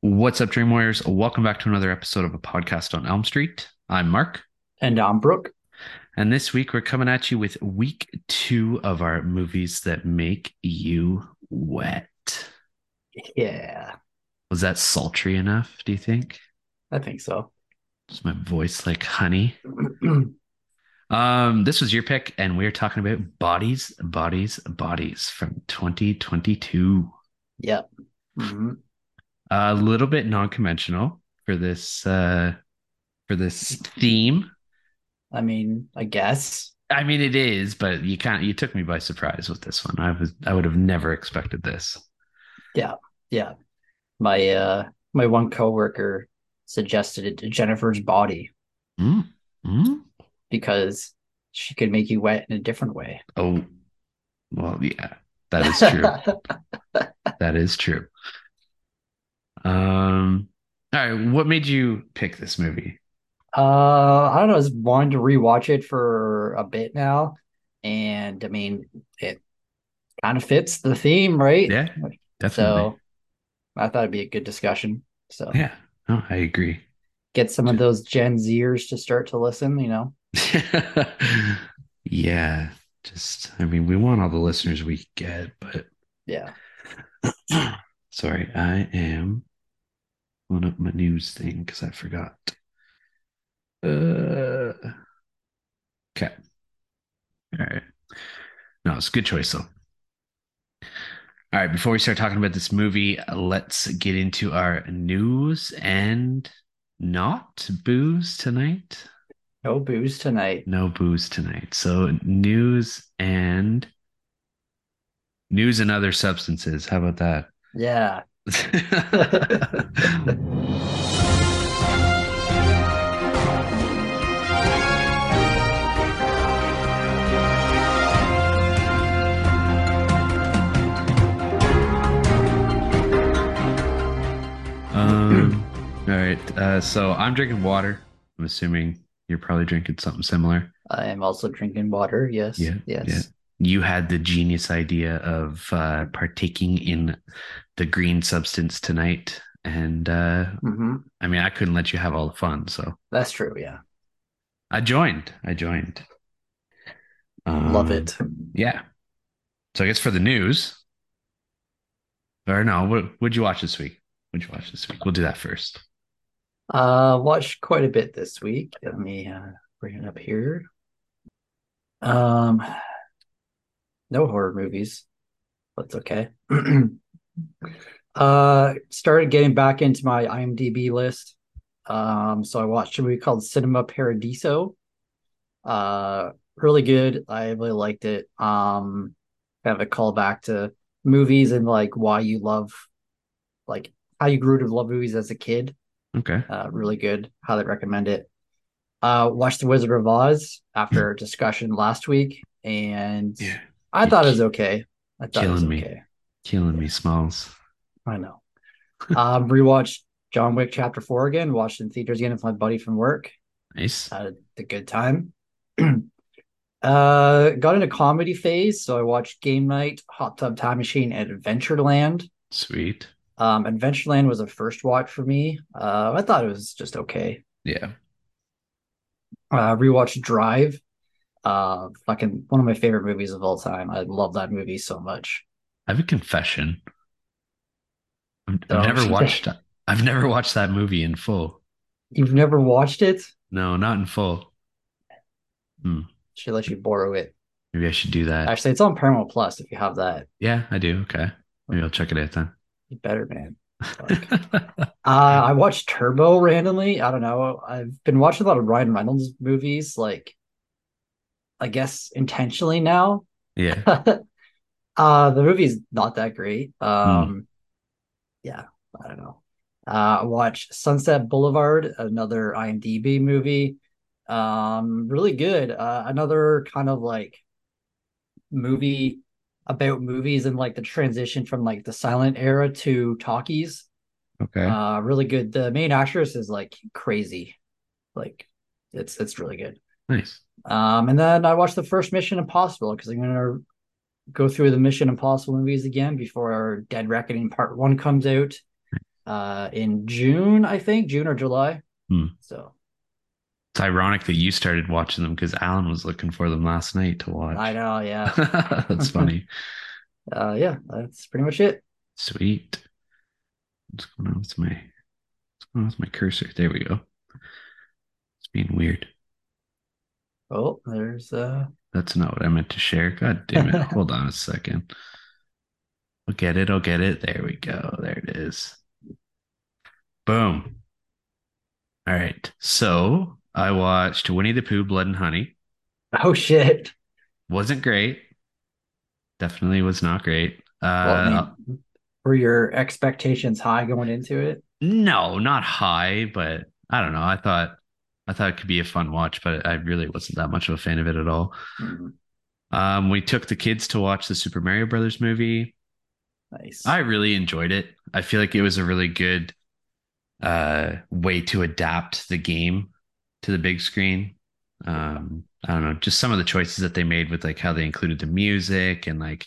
What's up, Dream Warriors? Welcome back to another episode of a podcast on Elm Street. I'm Mark, And I'm Brooke. and this week we're coming at you with week two of our movies that make you wet. Yeah, Was that sultry enough? Do you think? I think so. Is my voice like honey? Bodies, Um, this was your pick, and we're talking about bodies, bodies, bodies from 2022. Mhm. a little bit non-conventional for this uh for this theme I mean, I guess. i mean it is but you can't you took me by surprise with this one i was i would have never expected this Yeah. My uh my one coworker suggested it to Jennifer's body Mm, mm. because she could make you wet in a different way. oh well yeah that is true that is true um all right what made you pick this movie Uh, I don't know. I just wanted to rewatch it for a bit now, and I mean, it kind of fits the theme, right? yeah definitely So I thought it'd be a good discussion. So yeah no, i agree get some of those Gen Zers to start to listen. You know, yeah just i mean we want all the listeners we get but yeah. Sorry, I am pulling up my news thing because I forgot. Uh, okay. All right. No, it's a good choice, though. All right. Before we start talking about this movie, let's get into our news and not booze tonight. No booze tonight. No booze tonight. So, news and news and other substances. How about that? Yeah. Um, um, all right. Uh, so I'm drinking water. I'm assuming you're probably drinking something similar. I am also drinking water. Yes. Yeah, Yes. yeah. You had the genius idea of uh, partaking in the green substance tonight. And uh, hmm I mean, I couldn't let you have all the fun. So That's true. Yeah. I joined. I joined. Love Um, it. Yeah. So I guess for the news, or no, what would you watch this week? Would you watch this week? We'll do that first. Uh, watched quite a bit this week. Let me uh, bring it up here. Um, no horror movies. That's okay. uh, started getting back into my IMDb list. Um, so I watched a movie called Cinema Paradiso. Uh, really good. I really liked it. Um, kind of a callback to movies and like why you love, like how you grew to love movies as a kid Okay. uh, really good. Highly recommend it. Uh, watched The Wizard of Oz after a discussion last week, and Hmm. Yeah. I thought it was okay. I thought it was Killing me. okay. Killing me, Smalls. I know. um, rewatched John Wick Chapter Four again. Watched in theaters again with my buddy from work. Nice. Had a good time. uh, got into comedy phase, so I watched Game Night, Hot Tub Time Machine, and Adventureland. Sweet. Um, Adventureland was a first watch for me. Uh, I thought it was just okay. Yeah. uh rewatched drive uh fucking one of my favorite movies of all time i love that movie so much I have a confession. I've, I've Oh, never shit. watched. I've never watched that movie in full. you've never watched it No, not in full. should let you borrow it Maybe I should do that. actually it's on paramount plus if you have that yeah, I do. Okay. Maybe I'll check it out then. you better man Fuck. uh i watched turbo randomly i don't know i've been watching a lot of ryan reynolds movies like i guess intentionally now yeah. uh the movie's not that great um yeah i don't know uh watch sunset boulevard another imdb movie um really good uh another kind of like movie about movies and like the transition from like the silent era to talkies Okay. uh really good the main actress is like crazy like it's it's really good nice. um, and then I watched the first Mission Impossible because I'm gonna go through the Mission Impossible movies again before Dead Reckoning Part One comes out. uh, in June, I think, June or July. Hmm. So It's ironic that you started watching them because Alan was looking for them last night to watch. I know, yeah, That's funny. uh, yeah, that's pretty much it. Sweet. What's going on with my what's going on with my cursor? There we go. It's being weird. Oh, there's uh, That's not what I meant to share. God damn it. Hold on a second. I'll get it. I'll get it. There we go. There it is. Boom. All right. So I watched Winnie the Pooh, Blood and Honey. oh shit. Wasn't great. Definitely was not great. Uh, Well, I mean, were your expectations high going into it? No, not high, but I don't know. I thought I thought it could be a fun watch, but I really wasn't that much of a fan of it at all. Mm, Um, we took the kids to watch the Super Mario Brothers movie. nice. I really enjoyed it. I feel like it was a really good uh way to adapt the game to the big screen. Um, I don't know, just some of the choices that they made with like how they included the music and like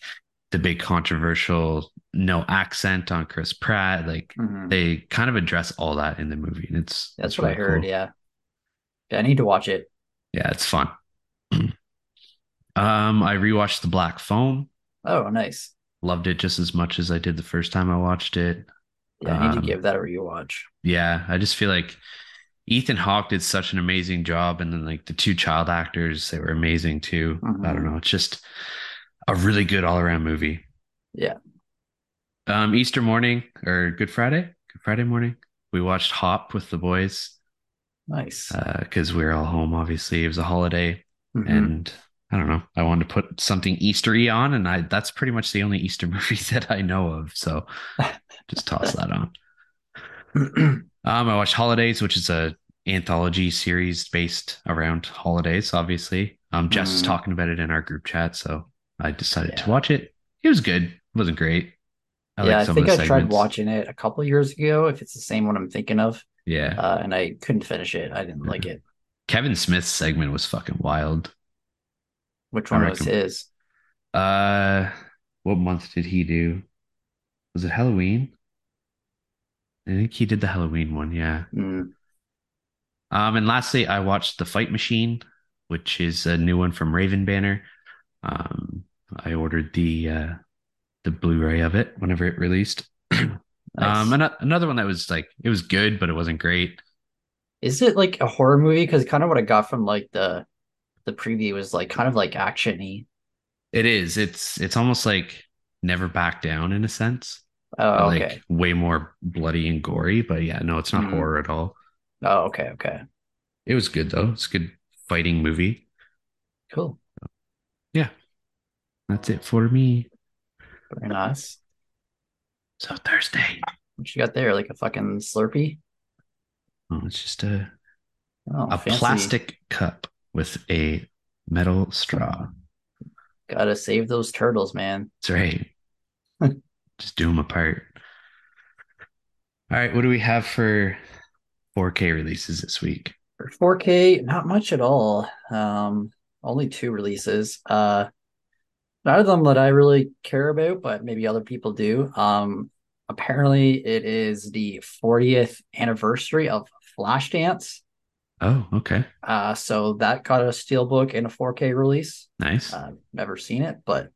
the big controversial no accent on Chris Pratt, like Mhm. they kind of address all that in the movie and it's That's it's what I really heard. cool. Yeah. yeah, I need to watch it. yeah it's fun um i rewatched the black foam Oh, nice. loved it just as much as i did the first time i watched it Yeah, I need Um, to give that a rewatch. yeah i just feel like ethan hawke did such an amazing job and then like the two child actors they were amazing too i don't Mhm. know it's just a really good all-around movie Yeah. um easter morning or good friday good friday morning we watched hop with the boys Nice. uh, because we were all home obviously it was a holiday Mhm. and I don't know. I wanted to put something Eastery on, and I that's pretty much the only Easter movie that I know of. So just toss that on. Um, I watched Holidays, which is a anthology series based around holidays. Obviously, um, Jess was Mhm. talking about it in our group chat, so I decided Yeah. to watch it. It was good. It wasn't great. yeah, liked I some of think the I tried segments. watching it a couple years ago, if it's the same one I'm thinking of, Yeah, uh, and I couldn't finish it. I didn't like it. Kevin Smith's segment was fucking wild. Which I one was reckon- his? Uh, what month did he do? Was it Halloween? I think he did the Halloween one, yeah. Mm, Um, and lastly, I watched The Fight Machine, which is a new one from Raven Banner. Um, I ordered the uh, the Blu-ray of it whenever it released. nice. Um, and a- another one that was like it was good, but it wasn't great. Is it like a horror movie? Because kind of what I got from like the the preview was like kind of like actiony. It is. It's it's almost like Never Back Down in a sense. but, Oh, like okay. way more bloody and gory. But yeah, no, it's not Mhm. horror at all. Oh, okay, okay. It was good though. It's a good fighting movie. Cool. That's it for me. Very nice. So Thursday. What you got there? Like a fucking Slurpee? Oh, it's just a Oh, a fancy. plastic cup with a metal straw. Gotta save those turtles, man. That's right. Just do them apart. All right, what do we have for 4K releases this week? For 4K, not much at all. Um, only two releases. Uh, none of them that I really care about, but maybe other people do. Um, apparently it is the 40th anniversary of Flashdance. Oh, okay. Uh, so that got a steelbook and a 4K release. Nice. Uh, never seen it, but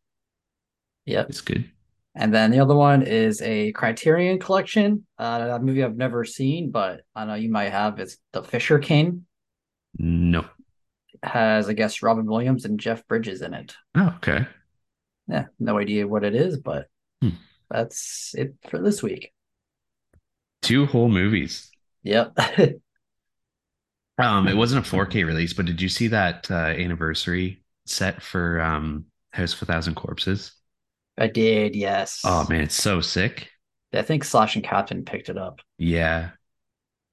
yep. It's good. And then the other one is a Criterion collection, uh, a movie I've never seen, but I know you might have. It's The Fisher King. No. It has, I guess, Robin Williams and Jeff Bridges in it. Oh, okay. Yeah, no idea what it is, but Hmm. that's it for this week. Two whole movies. Yep. Um, it wasn't a 4K release, but did you see that uh, anniversary set for um House of a Thousand Corpses? I did, yes. Oh man, it's so sick. I think Slash and Captain picked it up. Yeah.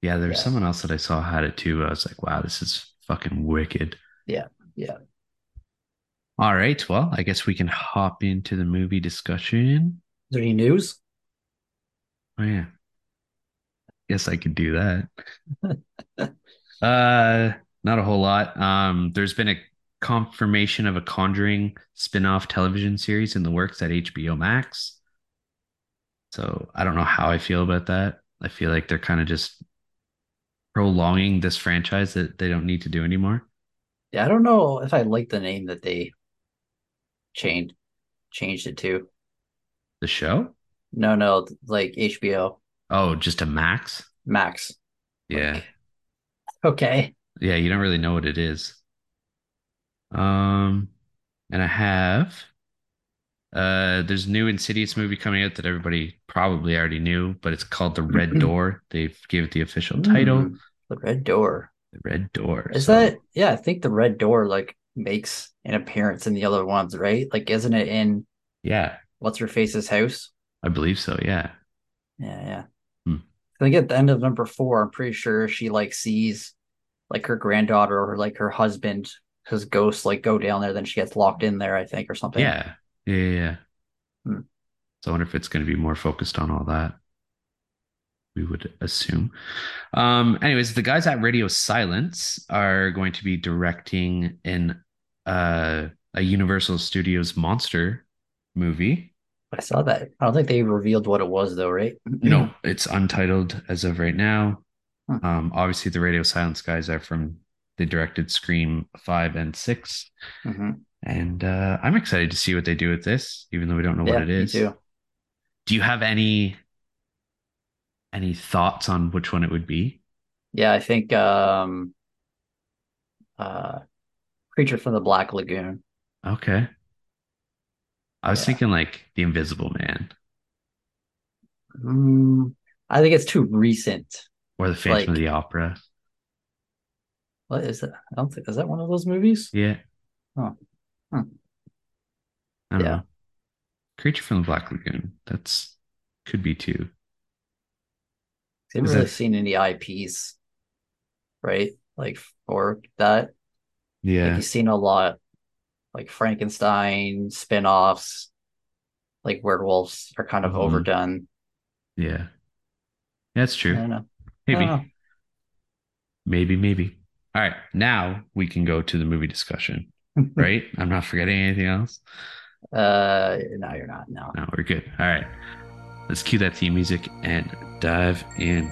Yeah, there was Yeah. someone else that I saw had it too. I was like, wow, this is fucking wicked. Yeah, yeah. All right. Well, I guess we can hop into the movie discussion. Is there any news? Oh yeah. Yes, I could do that. uh not a whole lot. Um, there's been a confirmation of a conjuring spin-off television series in the works at HBO Max. So I don't know how I feel about that. I feel like they're kind of just prolonging this franchise that they don't need to do anymore. Yeah, I don't know if I like the name that they changed changed it to. The show? No, no, like HBO Oh, just a max? Max. Yeah. Like, okay. Yeah, you don't really know what it is. Um, and I have uh there's a new Insidious movie coming out that everybody probably already knew, but it's called The Red Door. They gave it the official title, Mm-hmm. Mm, the Red Door. The Red Door. Is So, that yeah, I think the Red Door like makes an appearance in the other ones, right? Like isn't it in Yeah, what's her face's house? I believe so. Yeah. Yeah, yeah. Hmm. I think at the end of number four, I'm pretty sure she like sees like her granddaughter or like her husband, his ghost like go down there, then she gets locked in there, I think, or something. Yeah. Yeah, yeah, yeah. Hmm. So I wonder if it's going to be more focused on all that. We would assume. Um, anyways, the guys at Radio Silence are going to be directing an uh a Universal Studios monster movie. I saw that. I don't think they revealed what it was though, right? No, it's untitled as of right now. Hmm. Um, obviously the Radio Silence guys are from they directed Scream five and six. Mhm. And uh I'm excited to see what they do with this, even though we don't know what Yeah, it me is. too. do you have any any thoughts on which one it would be Yeah, I think um uh Creature from the Black Lagoon. okay i was Yeah. thinking like the invisible man Mm, I think it's too recent. or the phantom of Like- the opera What is that? I don't think is that one of those movies? yeah Oh. Hmm. I don't Yeah. know. creature from the black lagoon that's could be two They haven't Is really that- seen any IPs, right? Like for that. Like yeah you've seen a lot like Frankenstein, spin-offs, like werewolves are kind of Mhm. overdone. yeah that's I true don't know. I don't maybe know. maybe maybe all right now we can go to the movie discussion right i'm not forgetting anything else Uh no, you're not. No. no we're good all right let's cue that theme music and dive in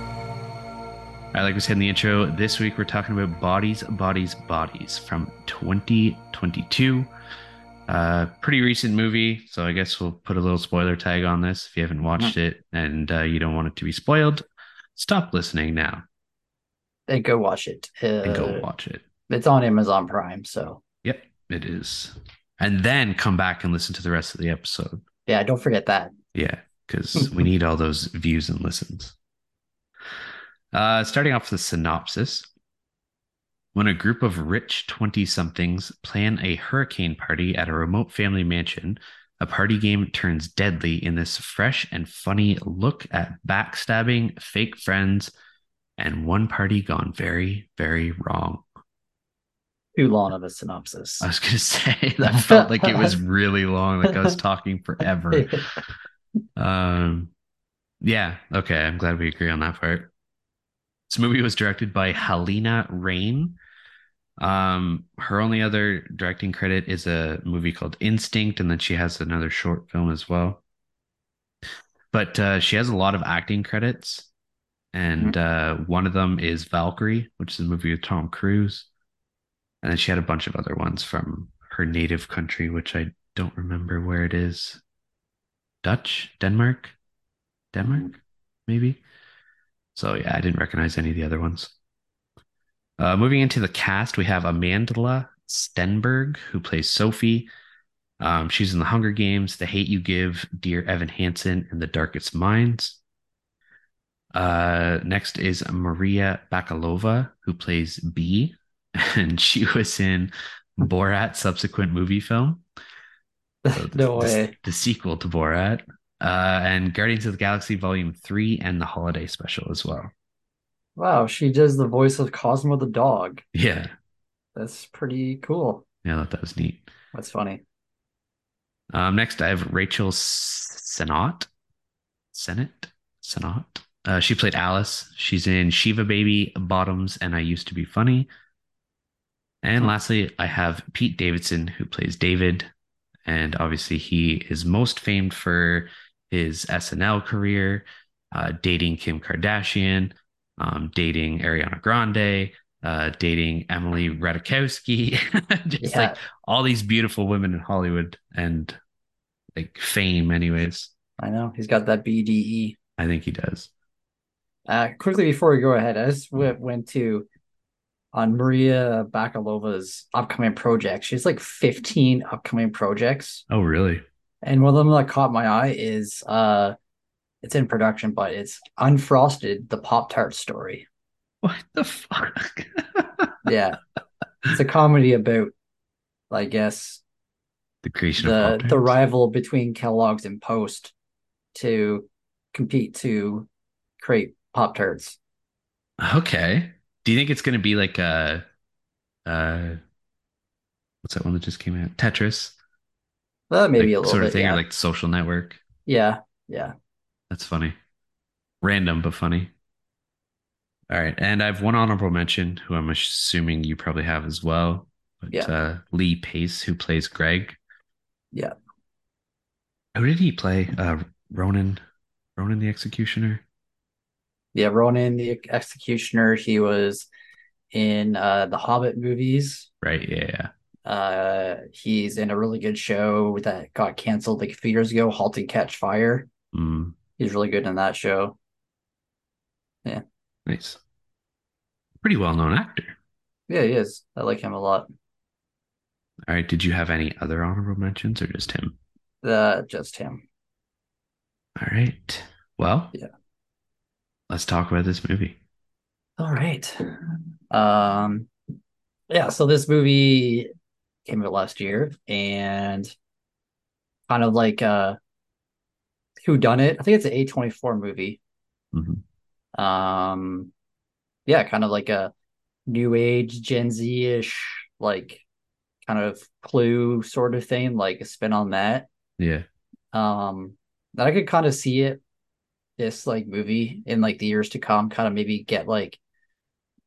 All right, like we said in the intro, this week we're talking about Bodies, Bodies, Bodies from 2022. Uh, pretty recent movie, so I guess we'll put a little spoiler tag on this if you haven't watched it and uh, you don't want it to be spoiled. Stop listening now And go watch it. Uh, and go watch it. It's on Amazon Prime, so Yep, it is. And then come back and listen to the rest of the episode. yeah, don't forget that. Yeah, because we need all those views and listens. Uh, starting off with the synopsis. When a group of rich 20 somethings plan a hurricane party at a remote family mansion, a party game turns deadly in this fresh and funny look at backstabbing, fake friends, and one party gone very, very wrong. Too long of a synopsis. I was going to say, that felt like it was really long, like I was talking forever. Um, yeah, okay. I'm glad we agree on that part. This movie was directed by Helena Rain. Um, her only other directing credit is a movie called Instinct, and then she has another short film as well. But uh, she has a lot of acting credits, and uh, one of them is Valkyrie, which is a movie with Tom Cruise. And then she had a bunch of other ones from her native country, which I don't remember where it is. Dutch, Denmark, Denmark, maybe. So yeah, I didn't recognize any of the other ones. Uh, moving into the cast, we have Amandla Stenberg, who plays Sophie. Um, she's in The Hunger Games, The Hate You Give, Dear Evan Hansen, and The Darkest Minds. Uh, next is Maria Bakalova, who plays B, and she was in Borat's subsequent movie film. So the, No the- way. The, sequel to Borat, uh, and Guardians of the Galaxy Volume Three, and the Holiday Special as well. Wow, she does the voice of Cosmo the dog. Yeah, That's pretty cool. yeah, I thought that was neat. That's funny. Um, next, I have Rachel Sennott. Sennett? Sennott? Uh, she played Alice. She's in Shiva Baby, Bottoms, and I Used to Be Funny. And lastly, I have Pete Davidson, who plays David. And obviously, he is most famed for his SNL career, uh, dating Kim Kardashian, um, dating Ariana Grande, uh, dating Emily Ratajkowski. Just like Yeah, all these beautiful women in Hollywood and like fame, anyways. I know. He's got that E. BDE. I think he does. Uh, quickly before we go ahead, I just went, went to on Maria Bakalova's upcoming projects. She's like 15 upcoming projects. Oh, really? And one of them that caught my eye is uh it's in production, but it's Unfrosted, the Pop Tart story. What the fuck? Yeah. it's a comedy about I guess the creation the of the Pop-Tarts. rival between Kellogg's and Post to compete to create Pop Tarts. Okay. Do you think it's gonna be like a, uh, what's that one that just came out? Tetris, Well, maybe like, a little sort bit. of thing, yeah. or like Social Network. yeah. Yeah. That's funny. Random but funny. All right, and I have one honorable mention, who I'm assuming you probably have as well, but Yeah. uh, Lee Pace, who plays Greg. Yeah. Who did he play? Uh, Ronan, Ronan the Executioner. Yeah. Ronan the Executioner. He was in uh the Hobbit movies. Right. Yeah. yeah. Uh he's in a really good show that got canceled like a few years ago, Halt and Catch Fire. Mm, He's really good in that show. nice. Pretty well known actor. Yeah, he is. I like him a lot. All right. Did you have any other honorable mentions or just him? Uh, just him. All right. Well, Yeah. Let's talk about this movie. All right. Um, yeah. So this movie came out last year, and kind of like uh, Who Done It? I think it's an A twenty four movie. Mhm. Um, yeah, kind of like a new age Gen Z ish, like kind of clue sort of thing, like a spin on that. Yeah. um that I could kind of see it this like movie in like the years to come kind of maybe get like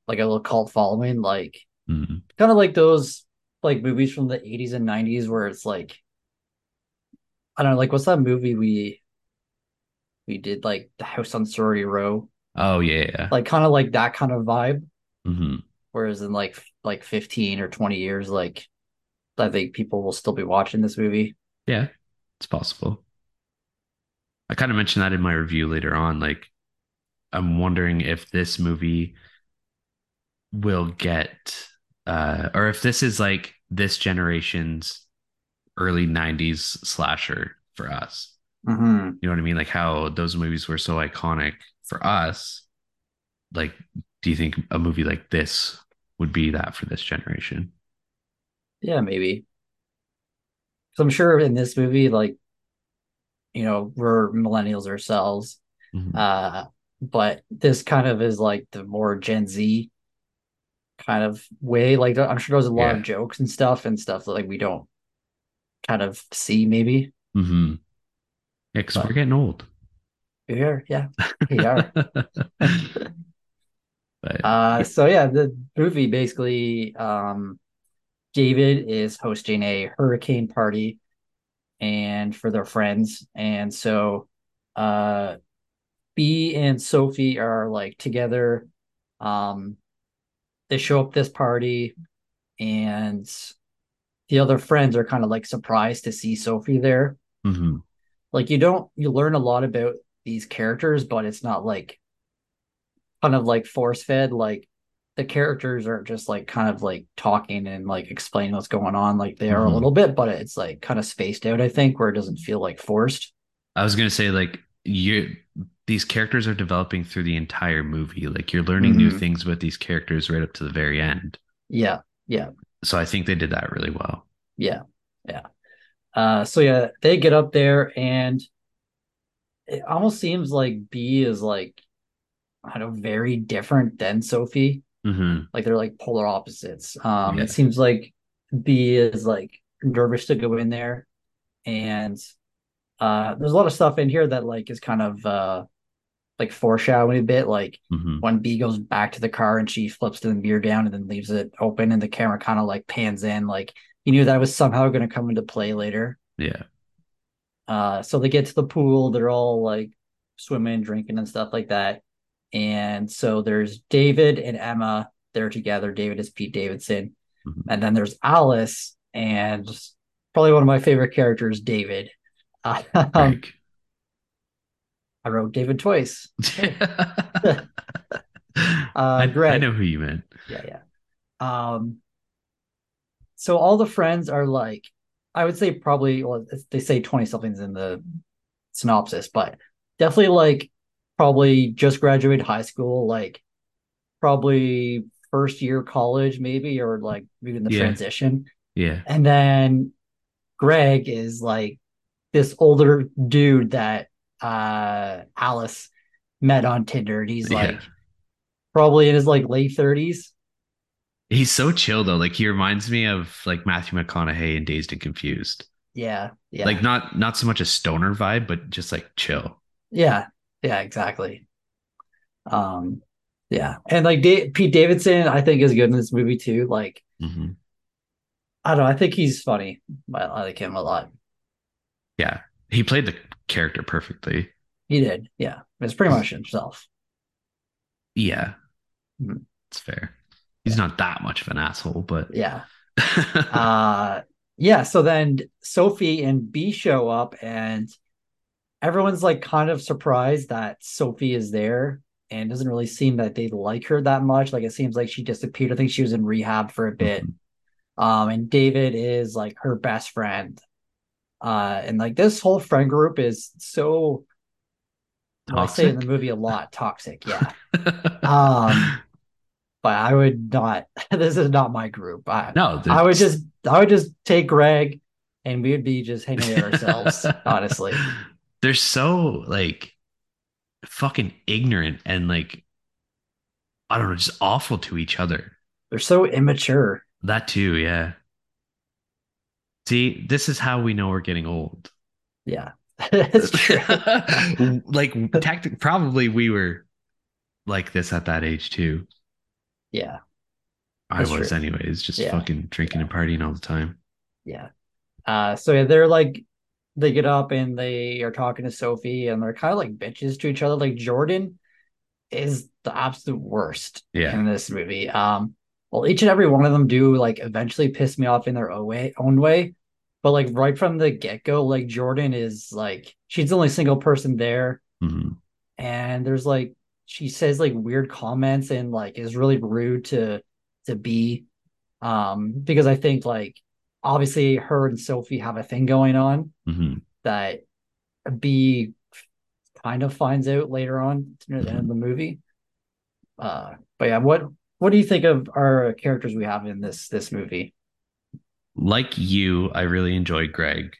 like a little cult following like Mm, kind of like those like movies from the 80s and 90s where it's like I don't know like what's that movie we we did like the house on Surrey Row Oh yeah. yeah. like kind of like that kind of vibe Mhm. whereas in like f- like 15 or 20 years like I think people will still be watching this movie Yeah, it's possible. I kind of mentioned that in my review later on. Like, I'm wondering if this movie will get, uh, or if this is like this generation's early 90s slasher for us. mm-hmm. You know what I mean? Like, how those movies were so iconic for us. Like, do you think a movie like this would be that for this generation? Yeah, maybe. So I'm sure in this movie, like, you know, we're millennials ourselves. Mhm. Uh, but this kind of is like the more Gen Z kind of way. Like, I'm sure there's a lot Yeah. of jokes and stuff and stuff that like we don't kind of see maybe. Mhm. Yeah, because But- we're getting old. Yeah, yeah, we are. But Uh, so yeah, the movie basically, um, David is hosting a hurricane party, and for their friends, and so, uh, B and Sophie are like together. Um, they show up this party, and the other friends are kind of like surprised to see Sophie there. mhm. Like you don't you learn a lot about these characters, but it's not like kind of like force fed like the characters are just like kind of like talking and like explaining what's going on like they are Mhm. a little bit but it's like kind of spaced out i think where it doesn't feel like forced I was gonna say like you these characters are developing through the entire movie. Like you're learning new Mhm. things about these characters right up to the very end. yeah So I think they did that really well. yeah yeah Uh, so yeah, they get up there, and it almost seems like B is like, I don't know, very different than Sophie. Mm-hmm. Like they're like polar opposites. Um, Yeah. it seems like B is like nervous to go in there, and uh, there's a lot of stuff in here that like is kind of uh, like foreshadowing a bit, like Mm-hmm. when B goes back to the car and she flips the mirror down and then leaves it open and the camera kind of like pans in like you knew that was somehow going to come into play later. Yeah. Uh, so they get to the pool, they're all like swimming, drinking, and stuff like that. And so there's David and Emma, they're together. David is Pete Davidson, Mhm. and then there's Alice, and probably one of my favorite characters, David. Um, Frank. I wrote David twice. I, I Uh, Greg. know who you meant. yeah yeah um so all the friends are like i would say probably well they say 20 somethings in the synopsis but definitely like probably just graduated high school like probably first year college maybe or like maybe in the Yeah. transition Yeah. and then greg is like this older dude that uh alice met on tinder and he's Yeah. like probably in his like late 30s He's so chill though. Like he reminds me of like Matthew McConaughey in Dazed and Confused. Yeah, yeah, Like not not so much a stoner vibe, but just like chill. yeah, yeah, exactly. Um, yeah, and like da- Pete Davidson, I think is good in this movie too. Like, Mhm. I don't know, I think he's funny. I, I like him a lot. He played the character perfectly. He did, yeah. It's pretty much himself. Yeah. Mhm. It's fair. He's not that much of an asshole, but Yeah. Uh, yeah. So then Sophie and B show up, and everyone's like kind of surprised that Sophie is there. And doesn't really seem that they like her that much. Like it seems like she disappeared. I think she was in rehab for a bit. um and david is like her best friend uh and like this whole friend group is so i say in the movie a lot toxic yeah um but i would not this is not my group i no, i would that's- just i would just take greg and we would be just hanging out ourselves honestly They're so like fucking ignorant and like I don't know, just awful to each other. they're so immature That too, yeah. See, this is how we know we're getting old. yeah it's true like tactic probably we were like this at that age too. yeah I That's was true. anyways, just Yeah. fucking drinking and partying all the time. yeah uh so yeah, they're like they get up and they are talking to sophie and they're kind of like bitches to each other like jordan is the absolute worst Yeah. in this movie um well each and every one of them do like eventually piss me off in their own way own way but like right from the get-go like jordan is like she's the only single person there Mhm. and there's like she says like weird comments and like is really rude to to be um because i think like obviously her and sophie have a thing going on Mhm. that b kind of finds out later on near the end of the movie uh but yeah what what do you think of our characters we have in this this movie Like you, I really enjoy Greg.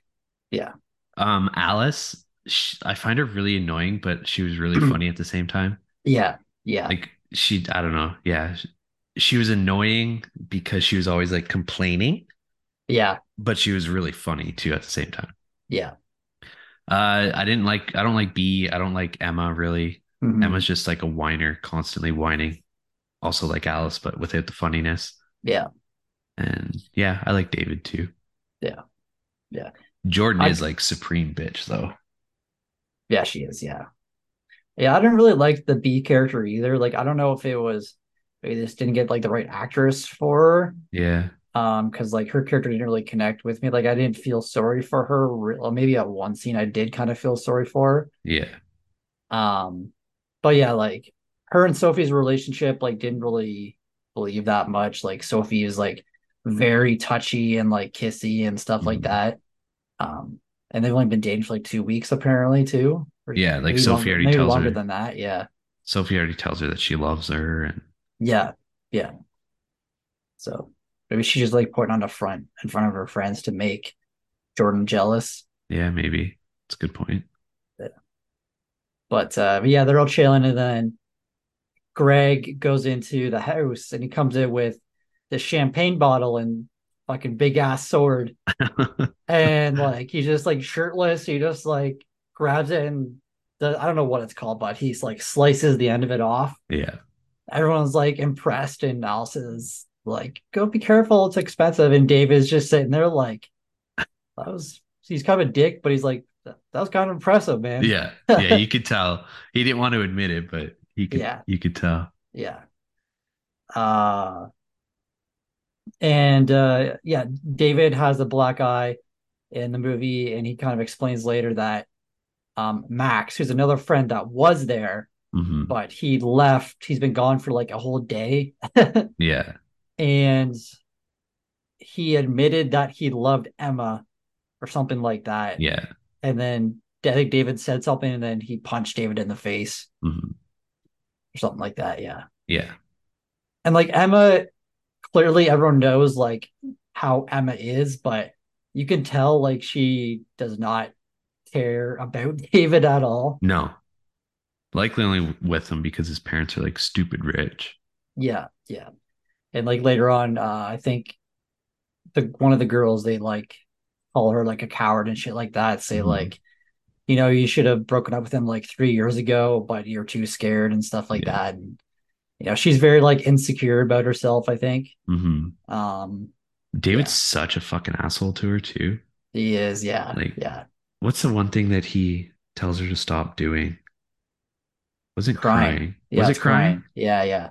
Yeah. Um, Alice, sh I find her really annoying, but she was really funny at the same time. yeah yeah Like she, I don't know. Yeah. She, she was annoying because she was always like complaining, yeah but she was really funny too at the same time. yeah Uh, I didn't like, I don't like B. I don't like Emma really. Mhm. Emma's just like a whiner, constantly whining. Also like Alice, but without the funniness. Yeah. And yeah, I like David too. Yeah. Yeah. Jordan I- is like supreme bitch though. Yeah, she is. Yeah. Yeah, I didn't really like the B character either. Like, I don't know if it was maybe they just didn't get like the right actress for Yeah. her. Um, because like her character didn't really connect with me. Like, I didn't feel sorry for her. re- Well, maybe at one scene I did kind of feel sorry for Yeah. her. Um, but yeah, like her and Sophie's relationship, like, didn't really believe that much. Like, Sophie is like very touchy and like kissy and stuff like Mhm. that. Um, and they've only been dating for like two weeks apparently, too. Or Yeah, like maybe Sophie longer, already maybe tells longer her. than that. Yeah, Sophie already tells her that she loves her and yeah, yeah. So maybe she's just like putting on a front in front of her friends to make Jordan jealous. Yeah, maybe. It's a good point. But, uh, but yeah, they're all chilling, and then Greg goes into the house and he comes in with the champagne bottle and fucking big ass sword, and like he's just like shirtless. He just like grabs it and the, I don't know what it's called, but he's like slices the end of it off. yeah. Everyone's like impressed, and Alice is like, "Go be careful, it's expensive." And David's just sitting there like, "That was." He's kind of a dick, but he's like, "That that was kind of impressive, man." Yeah. Yeah. You could tell. He didn't want to admit it, but he could Yeah. you could tell. Yeah. Uh and uh yeah, David has a black eye in the movie and he kind of explains later that um Max, who's another friend that was there, Mhm. but he left, he's been gone for like a whole day Yeah. and he admitted that he loved Emma or something like that. Yeah. And then I think David said something and then he punched David in the face Mhm. or something like that, yeah. Yeah. and like Emma, clearly everyone knows like how Emma is, but you can tell like she does not care about David at all. No. Likely only with him because his parents are like stupid rich. Yeah, yeah. And like later on, uh, I think the one of the girls they like call her like a coward and shit like that. Say Mhm. like, you know, you should have broken up with him like three years ago, but you're too scared and stuff like Yeah. that. And you know, she's very like insecure about herself. I think. hmm Um, David's such a fucking asshole to her too. he is. Yeah, Like- yeah. What's the one thing that he tells her to stop doing? Wasn't Crying. crying. Yeah, Was it it's crying? Yeah, yeah.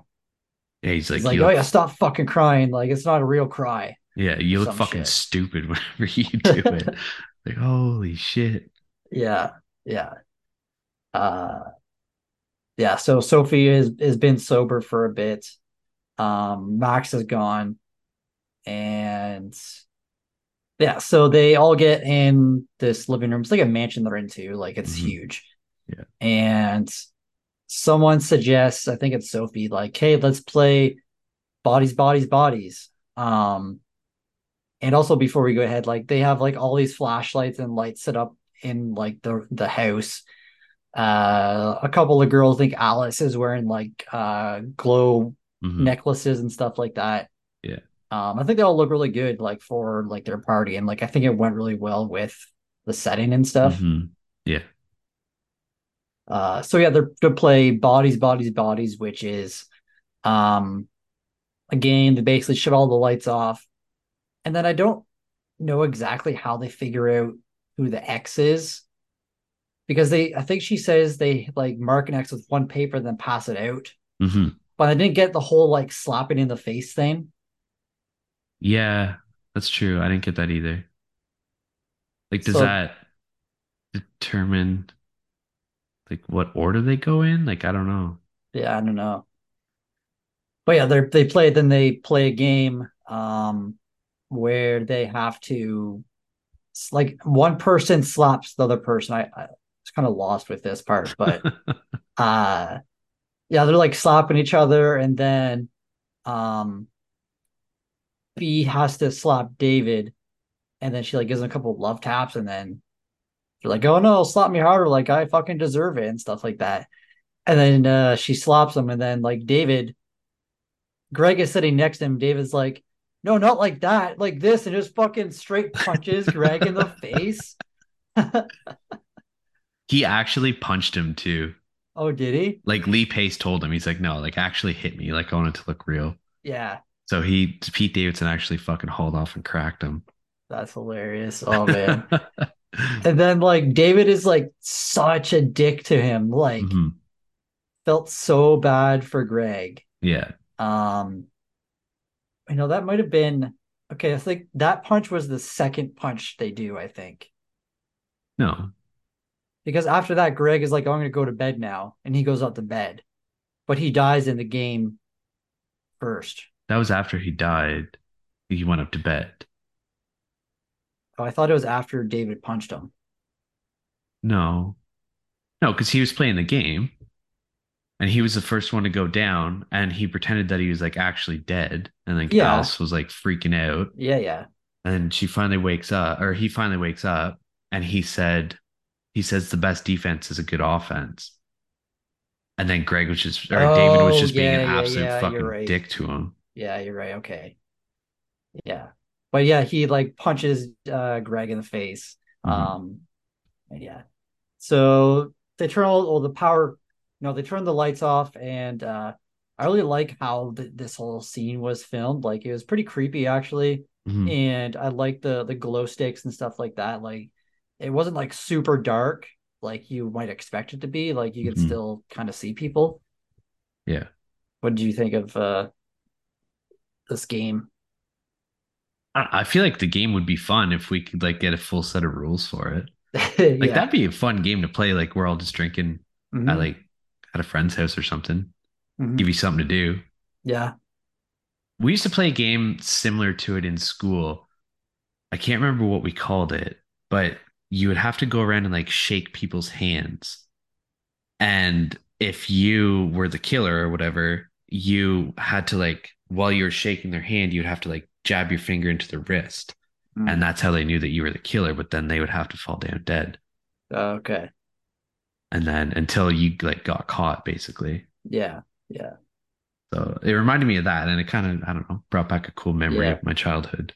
Yeah, he's like, He's like, you oh look- yeah, stop fucking crying. Like it's not a real cry. yeah, you look some fucking shit. stupid whenever you do it. like, holy shit. Yeah, yeah. Uh yeah, so Sophie is has been sober for a bit. Um Max is gone. And yeah, so they all get in this living room. It's like a mansion they're into, like it's Mhm. huge. Yeah. And someone suggests, I think it's Sophie, like, hey, let's play bodies, bodies, bodies. Um and also before we go ahead like they have like all these flashlights and lights set up in like the the house uh a couple of girls think alice is wearing like uh glow Mhm. necklaces and stuff like that Yeah. um i think they all look really good like for like their party and like i think it went really well with the setting and stuff Mhm. uh so yeah they're to play bodies bodies bodies which is um a game that basically shut all the lights off and then i don't know exactly how they figure out who the x is because they i think she says they like mark an x with one paper then pass it out Mhm. but i didn't get the whole like slapping in the face thing Yeah, that's true. I didn't get that either. Like, does So- that determine like what order they go in? Like, I don't know. yeah i don't know but yeah they they play then they play a game um where they have to it's like one person slaps the other person i, I was kind of lost with this part but uh yeah they're like slapping each other and then um b has to slap david and then she like gives him a couple love taps and then they're like oh no slap me harder like i fucking deserve it and stuff like that and then uh she slaps him and then like david greg is sitting next to him david's like no not like that like this and just fucking straight punches greg in the face He actually punched him too. oh did he Like Lee Pace told him, he's like, no, like actually hit me. Like I want it to look real. yeah So he Pete Davidson actually fucking hauled off and cracked him. that's hilarious oh man And then like David is like such a dick to him. Like Mhm. felt so bad for Greg. Yeah. Um you know that might have been okay, I think that punch was the second punch they do, I think. No. Because after that Greg is like I'm going to go to bed now and he goes out to bed. But he dies in the game first. That was after he died. He went up to bed. Oh, I thought it was after David punched him. No. No, because he was playing the game. And he was the first one to go down. And he pretended that he was like actually dead. And like Yeah. Alice was like freaking out. Yeah, yeah. And she finally wakes up, or he finally wakes up, and he said, he says the best defense is a good offense. And then Greg was just, or David was Oh, just being yeah, an yeah, absolute yeah, you're fucking right. dick to him. Yeah, you're right. Okay. Yeah. But yeah, he like punches uh Greg in the face. Mhm. Um and yeah. So they turn all, all the power no, they turn the lights off and uh I really like how th- this whole scene was filmed. Like it was pretty creepy actually. Mhm. And I like the the glow sticks and stuff like that. Like it wasn't like super dark like you might expect it to be. Like you could Mhm. still kind of see people. Yeah. What did you think of uh this game? I I feel like the game would be fun if we could like get a full set of rules for it. Like yeah. that'd be a fun game to play. Like we're all just drinking Mhm. at like at a friend's house or something. Mhm. Give you something to do. Yeah. We used to play a game similar to it in school. I can't remember what we called it, but you would have to go around and like shake people's hands. And if you were the killer or whatever, you had to like while you were shaking their hand, you'd have to like jab your finger into their wrist. Mm. And that's how they knew that you were the killer, but then they would have to fall down dead. Okay. And then until you like got caught basically. Yeah. So it reminded me of that and it kind of I don't know, brought back a cool memory Yeah. of my childhood.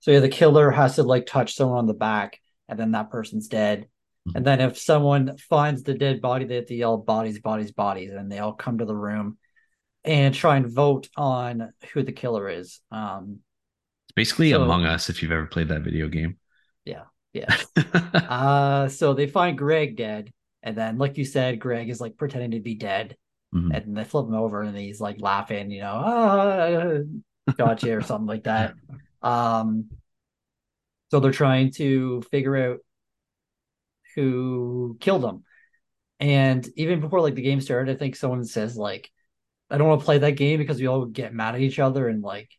So yeah, the killer has to like touch someone on the back, and then that person's dead. And then if someone finds the dead body, they have to yell bodies, bodies, bodies, and they all come to the room and try and vote on who the killer is. Um, It's basically So- Among Us if you've ever played that video game. Mm-hmm. Yeah, yeah. uh, so they find Greg dead, and then like you said, Greg is like pretending to be dead, Mhm. and they flip him over and he's like laughing, you know, ah, gotcha or something like that. Um, so they're trying to figure out who killed him. And even before like the game started, I think someone says like, "I don't want to play that game because we all get mad at each other and like,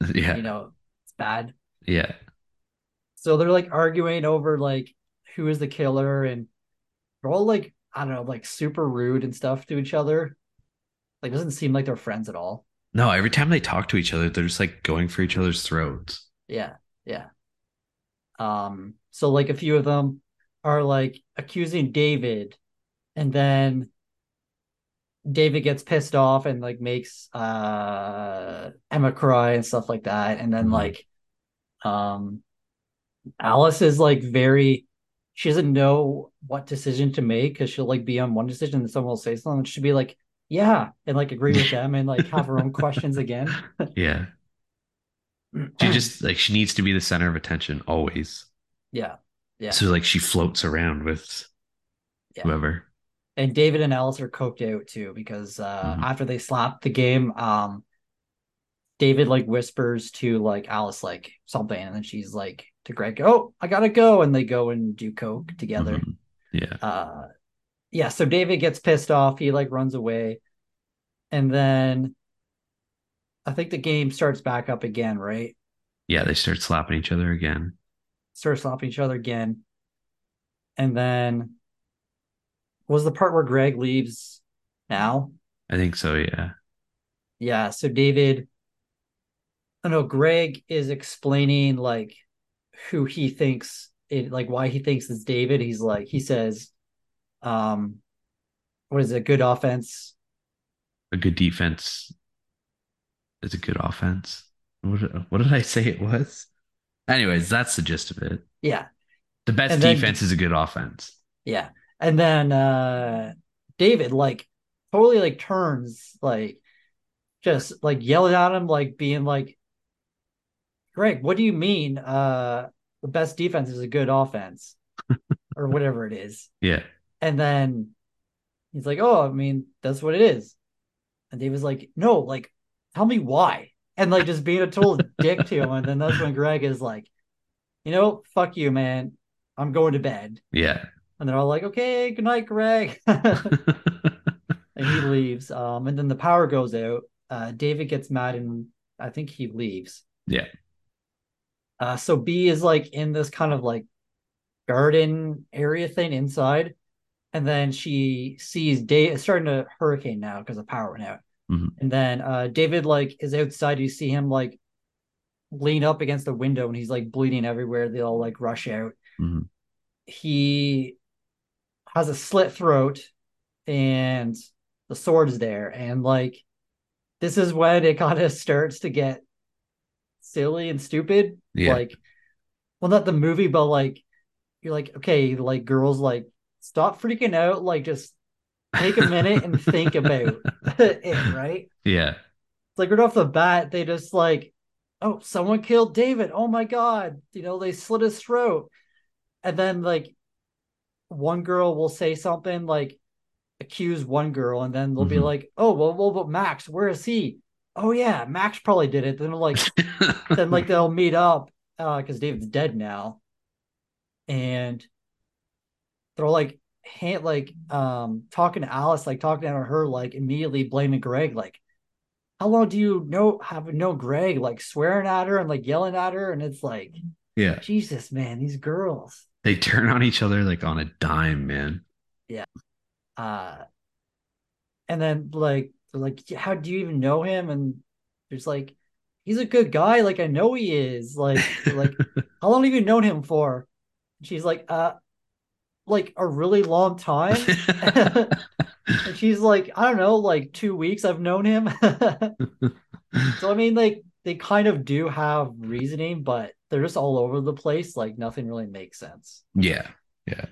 Yeah. you know, it's bad." Yeah. So they're like arguing over like who is the killer, and they're all like, I don't know, like super rude and stuff to each other. Like, doesn't seem like they're friends at all. No, every time they talk to each other, they're just like going for each other's throats. Yeah, yeah. Um, so like a few of them are like accusing David, and then David gets pissed off and like makes uh Emma cry and stuff like that. And then Mhm. like um Alice is like very she doesn't know what decision to make because she'll like be on one decision and someone will say something and she'll be like, yeah, and like agree with them and like have her own questions again. Yeah. She just like she needs to be the center of attention always. yeah. Yeah. So like she floats around with Yeah. whoever. and David and Alice are coked out too because uh Mhm. after they slap the game, um David like whispers to like Alice like something, and then she's like to Greg, "Oh, I gotta go," and they go and do coke together. Mhm. Yeah. Uh, yeah. So David gets pissed off. He like runs away, and then I think the game starts back up again. Right? Yeah. They start slapping each other again. Start slapping each other again, and then was the part where Greg leaves now? I think so. Yeah. Yeah, so David, I know Greg is explaining like who he thinks it like why he thinks it's David. He's like he says, um, what is it? Good offense. A good defense is a good offense. What, what did I say it was? Anyways, that's the gist of it. Yeah, The best And then- defense is a good offense. yeah. And then uh David like totally like turns like just like yelling at him, like being like, Greg, what do you mean? Uh the best defense is a good offense or whatever it is. Yeah. And then he's like, "Oh, I mean, that's what it is." And David's like, "No, like, tell me why." And like just being a total dick to him. And then that's when Greg is like, "You know, fuck you, man. I'm going to bed." Yeah. And they're all like, "Okay, good night, Greg." and he leaves. Um, and then the power goes out. Uh, David gets mad, and I think he leaves. Yeah. Uh, so B is like in this kind of like garden area thing inside, and then she sees Dave. It's starting to hurricane now because the power went out, Mhm. and then uh, David like is outside. You see him like lean up against the window and he's like bleeding everywhere. They all like rush out. Mhm. He has a slit throat and the sword's there. And like, this is when it kind of starts to get silly and stupid Yeah. like well not the movie but like you're like okay like girls like stop freaking out like just take a minute and think about it right yeah. it's like right off the bat they just like oh someone killed david oh my god you know they slit his throat and then like one girl will say something like accuse one girl and then they'll be Mhm. like oh well, well but max where is he oh yeah max probably did it then like then like they'll meet up because David's dead now, and they're like hand like um talking to Alice, like talking to her, like immediately blaming Greg, like how long do you know have known Greg, like swearing at her and like yelling at her, and it's like yeah. Jesus, man, these girls. They turn on each other like on a dime, man. uh and then like they're like how do you even know him and there's like he's a good guy like i know he is like they're like how long have you known him for and she's like uh like a really long time and she's like i don't know like two weeks i've known him so i mean like they kind of do have reasoning but they're just all over the place like nothing really makes sense Yeah. Yeah.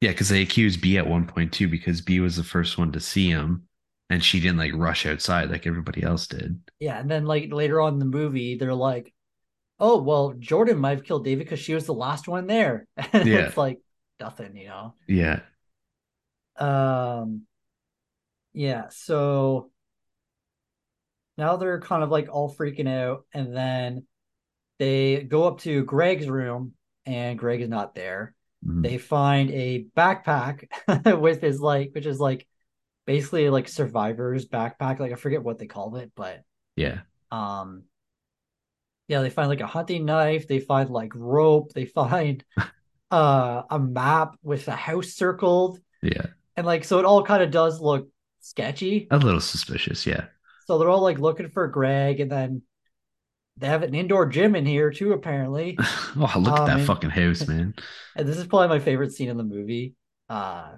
Yeah, because they accused B at one point too, because B was the first one to see him and she didn't like rush outside like everybody else did. Yeah, and then like later on in the movie, they're like, "Oh, well, Jordan might have killed David because she was the last one there." And Yeah. it's like nothing, you know. Yeah. Um, yeah. So now they're kind of like all freaking out, and then they go up to Greg's room, and Greg is not there. Mhm. They find a backpack with his like, which is like basically like survivor's backpack. Like I forget what they called it, but Yeah. um yeah they find like a hunting knife they find like rope they find uh a map with a house circled Yeah. and like so it all kind of does look sketchy A little suspicious. Yeah. so they're all like looking for greg and then they have an indoor gym in here too apparently oh, look Oh, at that man. fucking house, man. and this is probably my favorite scene in the movie uh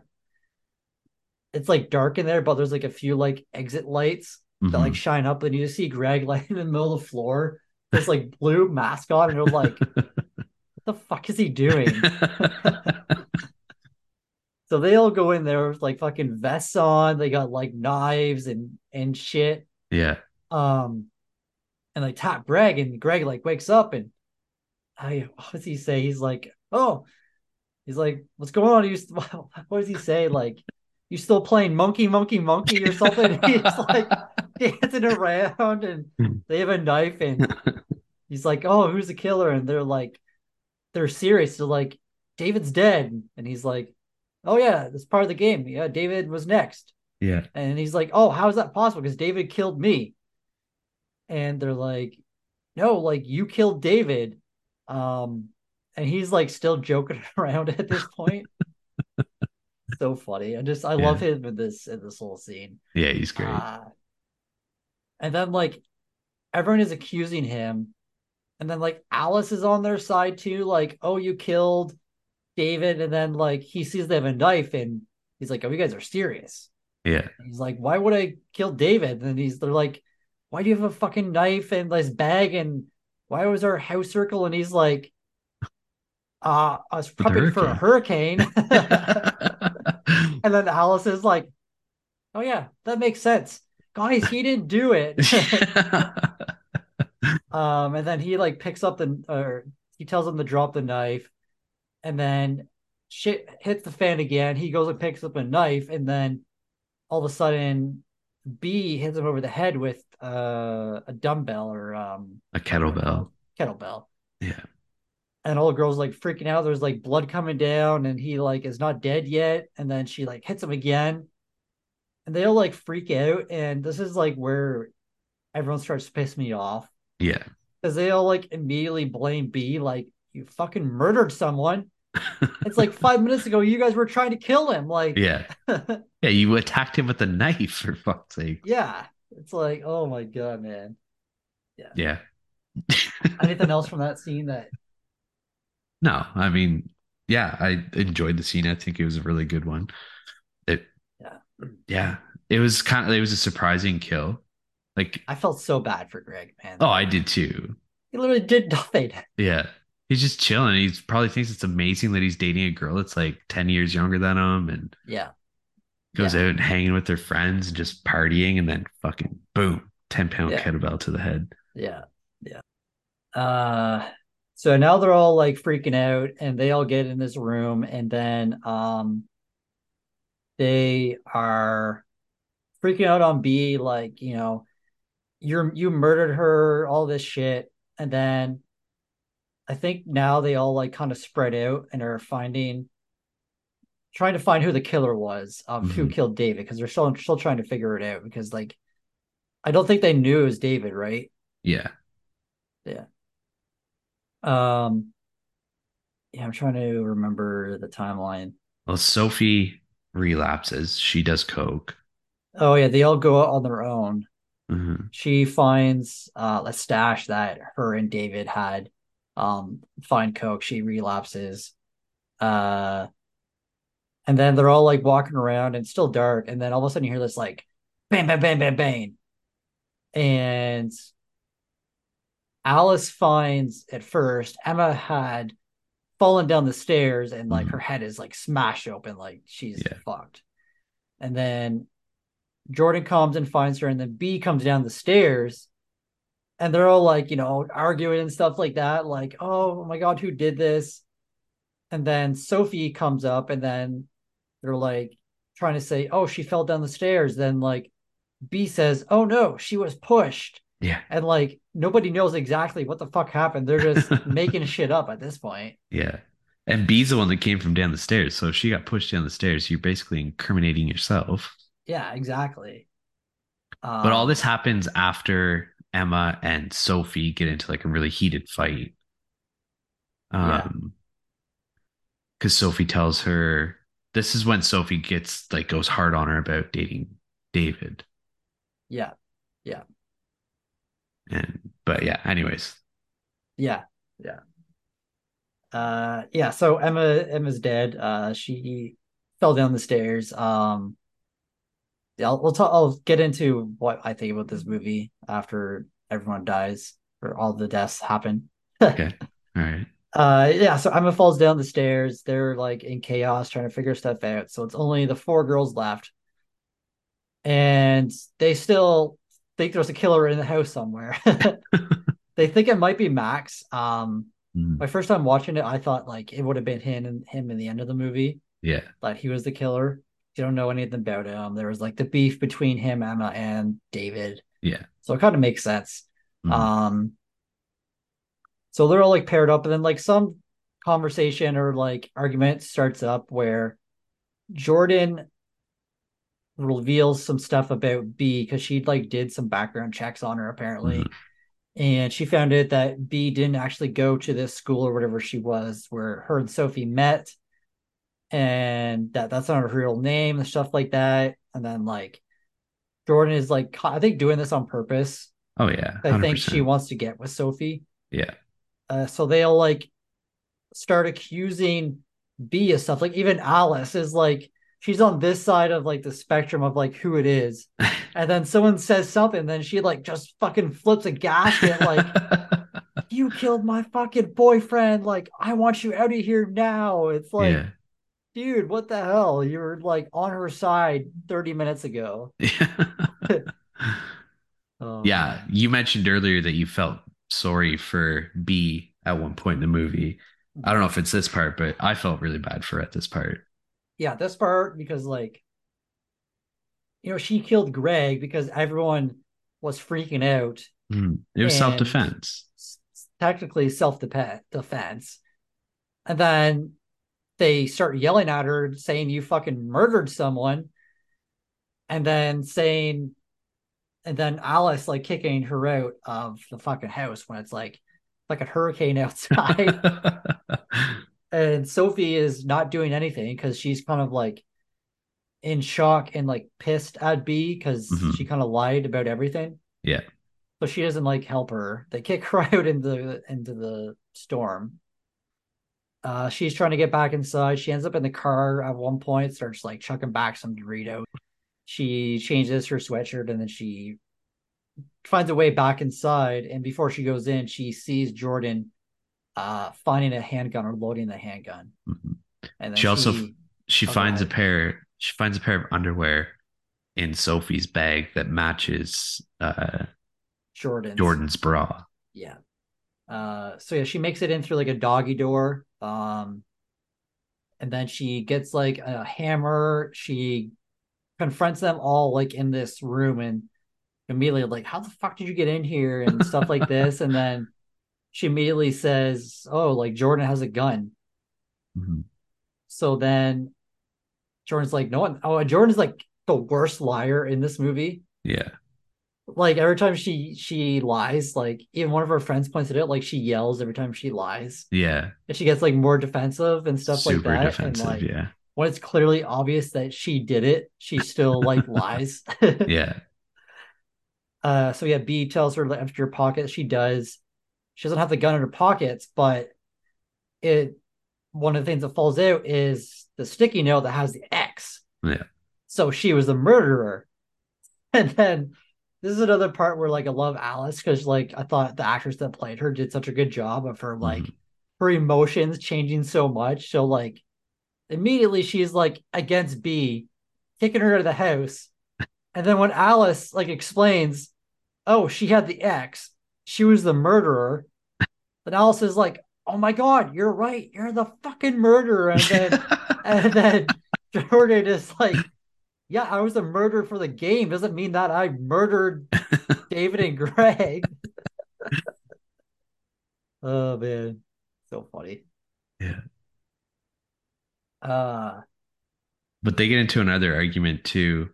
it's like dark in there but there's like a few like exit lights that like shine up and you just see Greg like in the middle of the floor, this like blue mascot, and you're like, what the fuck is he doing? Mhm. So they all go in there with like fucking vests on, they got like knives and and shit. yeah. Um and like tap Greg and Greg like wakes up and I what does he say? He's like, Oh, he's like, What's going on? You s- what does he say? Like, you still playing monkey, monkey, monkey or something? he's like dancing around and they have a knife and he's like, Oh, who's the killer? And they're like, they're serious. They're like, David's dead. And he's like, Oh yeah, that's part of the game. Yeah, David was next. yeah. And he's like, Oh, how is that possible? Because David killed me. And they're like, No, like you killed David. Um, and he's like still joking around at this point. so funny. I just I love him in this in this whole scene. Yeah. He's great. Uh, and then like everyone is accusing him. And then like Alice is on their side too, like, oh, you killed David. And then like he sees they have a knife and he's like, Oh, you guys are serious. yeah. And he's like, Why would I kill David? And he's they're like, Why do you have a fucking knife and this bag? And why was our house circle? And he's like, uh, I was the prepping for a hurricane. And then Alice is like, "Oh yeah, that makes sense, guys. He didn't do it." um, and then he like picks up the or he tells him to drop the knife, and then shit hits the fan again. He goes and picks up a knife, and then all of a sudden, B hits him over the head with uh, a dumbbell or um, a kettlebell. kettlebell. Yeah. And all the girls like freaking out. There's like blood coming down, and he like is not dead yet. And then she like hits him again, and they all like freak out. And this is like where everyone starts to piss me off Yeah. because they all like immediately blame B, like you fucking murdered someone. it's like five minutes ago, you guys were trying to kill him. Like, Yeah. Yeah. You attacked him with a knife for fuck's sake. yeah, it's like, oh my god, man. Yeah. Anything else from that scene that No, I mean, yeah, I enjoyed the scene. I think it was a really good one. It, yeah, Yeah. it was kind of it was a surprising kill. Like, I felt so bad for Greg, man. oh, I did too. He literally did nothing. Yeah, he's just chilling. He probably thinks it's amazing that he's dating a girl that's like ten years younger than him, and Yeah. goes Yeah. out and hanging with their friends and just partying, and then fucking boom, ten pound Yeah. kettlebell to the head. Yeah. Yeah. Uh so now they're all like freaking out and they all get in this room and then um they are freaking out on B like, you know, you're you murdered her, all this shit. And then I think now they all like kind of spread out and are finding trying to find who the killer was of who Mhm. killed David because they're still still trying to figure it out because like I don't think they knew it was David, right? Yeah, Um, yeah, I'm trying to remember the timeline. well, Sophie relapses. She does coke. Oh yeah, they all go out on their own. Mhm. She finds uh, a stash that her and David had. Um, find coke. She relapses. Uh, and then they're all like walking around and it's still dark. And then all of a sudden you hear this like bang, bang, bang, bang, bang. And Alice finds at first Emma had fallen down the stairs and like Mhm. her head is like smashed open, like she's Yeah. fucked. And then Jordan comes and finds her, and then B comes down the stairs, and they're all like, you know, arguing and stuff like that, like, oh my god, who did this? And then Sophie comes up, and then they're like trying to say, oh, she fell down the stairs. Then like B says, oh no, she was pushed Yeah, and like nobody knows exactly what the fuck happened. They're just making shit up at this point. yeah. And B's the one that came from down the stairs. So if she got pushed down the stairs, you're basically incriminating yourself. Yeah, exactly. Um, But all this happens after Emma and Sophie get into like a really heated fight. Yeah. Um, because Sophie tells her this is when Sophie gets like goes hard on her about dating David. yeah, And but yeah, anyways, yeah, yeah. Uh, yeah. So Emma, Emma's dead. Uh, she fell down the stairs. Um, yeah, I'll, we'll talk. I'll get into what I think about this movie after everyone dies or all the deaths happen. all right, Uh, yeah, so Emma falls down the stairs. They're like in chaos trying to figure stuff out. So it's only the four girls left. And they still think there's a killer in the house somewhere. they think it might be Max. Um, Mm, my first time watching it, I thought like it would have been him and him in the end of the movie, yeah, that he was the killer. You don't know anything about him. There was like the beef between him, Emma, and David. Yeah. So it kind of makes sense. Mhm. Um, so they're all like paired up, and then like some conversation or like argument starts up where Jordan reveals some stuff about B because she like did some background checks on her apparently, Mhm. and she found out that B didn't actually go to this school or whatever she was where her and Sophie met, and that that's not her real name and stuff like that, and then like. Jordan is like, ca- I think doing this on purpose oh yeah, I think she 100%. wants to get with Sophie. yeah, Uh, so they'll like start accusing B of stuff. Like even Alice is like she's on this side of like the spectrum of like who it is, and then someone says something, then she like just fucking flips a gasket. Like you killed my fucking boyfriend. Like I want you out of here now. It's like. yeah, Dude, what the hell? You were like on her side 30 minutes ago. yeah. Oh, Yeah, man. you mentioned earlier that you felt sorry for B at one point in the movie. I don't know if it's this part, but I felt really bad for her at this part. yeah, this part because like you know, she killed Greg because everyone was freaking out. It was And- self-defense. S- Technically self defense. And then they start yelling at her saying you fucking murdered someone. And then saying and then Alice like kicking her out of the fucking house when it's like like a hurricane outside. and Sophie is not doing anything because she's kind of like in shock and like pissed at B because Mhm. she kind of lied about everything. Yeah. so she doesn't like help her. They kick her out into the into the storm. Uh, she's trying to get back inside. She ends up in the car at one point, starts like chucking back some Doritos. She changes her sweatshirt and then she finds a way back inside. And before she goes in, she sees Jordan uh, finding a handgun or loading the handgun. Mhm. And then She also She Okay. finds a pair. She finds a pair of underwear in Sophie's bag that matches uh, Jordan Jordan's bra. Yeah. Uh, so yeah, she makes it in through like a doggy door. Um, and then she gets like a hammer. She confronts them all like in this room and immediately like, how the fuck did you get in here and stuff like this? And then she immediately says, oh, like Jordan has a gun. Mhm. So then Jordan's like, no one. Oh, Jordan's like the worst liar in this movie Yeah. like every time she she lies like even one of her friends points it out like she yells every time she lies Yeah. and she gets like more defensive and stuff Super like that defensive. and like yeah. when it's clearly obvious that she did it she still like lies Yeah. uh so yeah b tells her to empty your pockets she does she doesn't have the gun in her pockets but it one of the things that falls out is the sticky note that has the x Yeah. so she was the murderer and then this is another part where like i love alice because like i thought the actress that played her did such a good job of her like her emotions changing so much so like immediately she's like against b kicking her out of the house and then when alice like explains oh she had the ex she was the murderer then alice is like oh my god you're right you're the fucking murderer and then and then Jordan is like, Yeah, I was a murderer for the game. Doesn't mean that I murdered David and Greg. oh man. So funny. Yeah. Uh but they get into another argument too.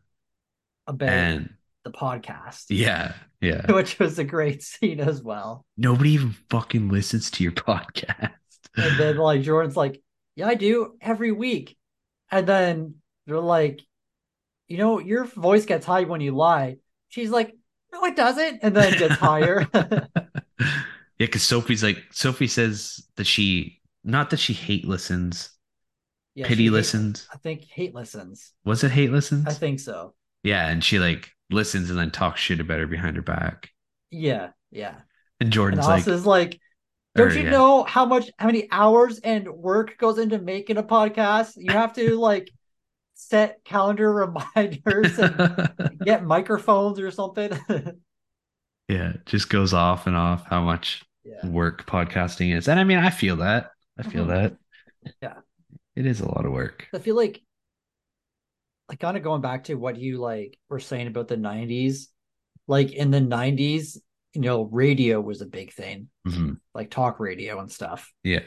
about And the podcast. yeah. Yeah. Which was a great scene as well. Nobody even fucking listens to your podcast. And then like Jordan's like, Yeah, I do every week. And then they're like, you know, your voice gets high when you lie. She's like, No, it doesn't, and then it gets higher. yeah, because Sophie's like Sophie says that she not that she hate listens, Yeah, pity she- listens. I think hate listens. Was it hate listens? I think so. yeah, and she like listens and then talks shit about her behind her back. Yeah, yeah. And And Jordan's Alice like, is like, don't or, you yeah, know how much, how many hours and work goes into making a podcast? You have to like set calendar reminders and get microphones or something. yeah, just goes off and off how much yeah, work podcasting is. And I mean, I feel that. I feel Mhm. that. Yeah. It is a lot of work. I feel like, like kind of going back to what you like were saying about the '90s. Like in the '90s, you know, radio was a big thing. Mhm. like talk radio and stuff. Yeah.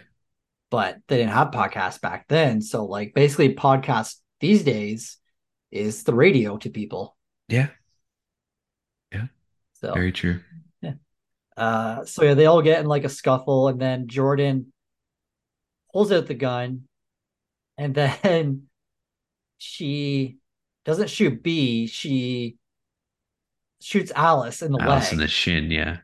But they didn't have podcasts back then. So like basically podcasts these days is the radio to people. Yeah, So very true. uh so yeah, they all get in like a scuffle and then Jordan pulls out the gun and then she doesn't shoot B, she shoots Alice in the Alice leg. in the shin, yeah.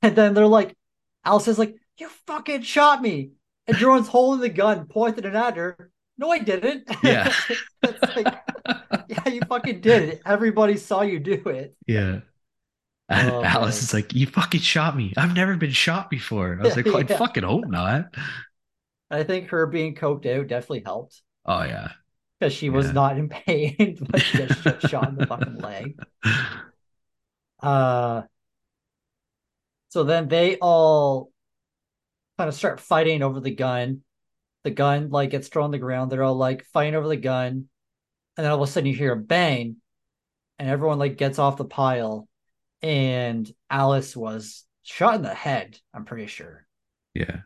And then they're like, Alice is like, you fucking shot me. And Jordan's holding the gun, pointing it at her. No, I didn't. Yeah. it's like, yeah, you fucking did it. Everybody saw you do it. Yeah. Oh, Alice man. is like, you fucking shot me. I've never been shot before. I was like, well, I Yeah. fucking hope not. I think her being coked out definitely helped Oh yeah. because she was Yeah. not in pain, but she just got shot in the fucking leg. Uh, so then they all kind of start fighting over the gun. The gun like gets thrown on the ground. They're all like fighting over the gun, and then all of a sudden you hear a bang, and everyone like gets off the pile, and Alice was shot in the head. I'm pretty sure. Yeah.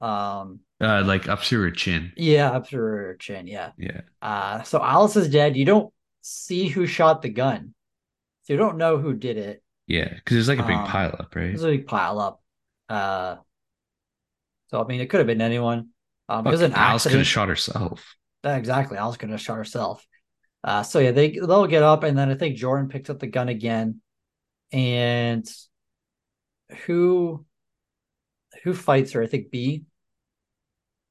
Um, Uh, like up to her chin. yeah, up to her chin. Yeah. Yeah. Uh, so Alice is dead. You don't see who shot the gun, so you don't know who did it. Yeah. Cause there's like a big Um, pile up, right? It's a big pile up. Uh, so I mean, it could have been anyone. Um, Fuck, because an Alice could have accident. shot herself. Yeah, exactly, Alice could have shot herself. Uh, so yeah, they they'll get up, and then I think Jordan picks up the gun again, and who who fights her? I think B.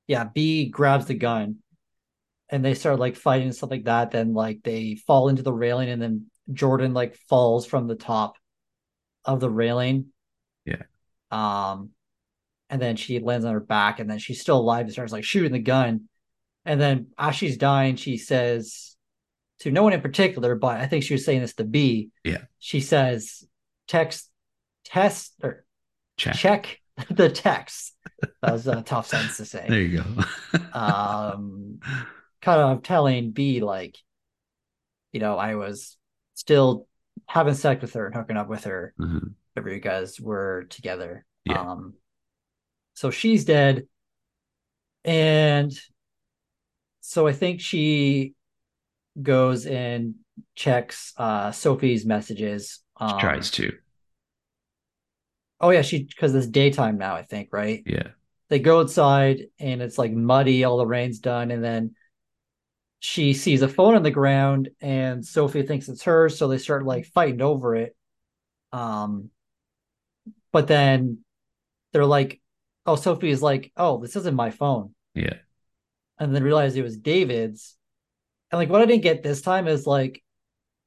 Yeah, B grabs the gun, and they start like fighting and stuff like that. Then like they fall into the railing, and then Jordan like falls from the top of the railing. Yeah. Um, and then she lands on her back, and then she's still alive and starts like shooting the gun. And then as she's dying, she says to no one in particular, but I think she was saying this to B. Yeah. She says, text, test, or Check. check the text. That was a tough sentence to There say. you go. Uh, Um, kind of telling B, like, you know, I was still having sex with her and hooking up with her Mhm. whenever you guys were together. Yeah. Um, so she's dead, and so I think she goes and checks uh, Sophie's messages. She Um, tries to. Oh yeah, she because it's daytime now. I think right. Yeah. They go outside and it's like muddy. All the rain's done, and then she sees a phone on the ground, and Sophie thinks it's hers. So they start like fighting over it. Um, but then they're like, "Oh, Sophie's like, oh, this isn't my phone." Yeah. and then realized it was David's. And like what I didn't get this time is like,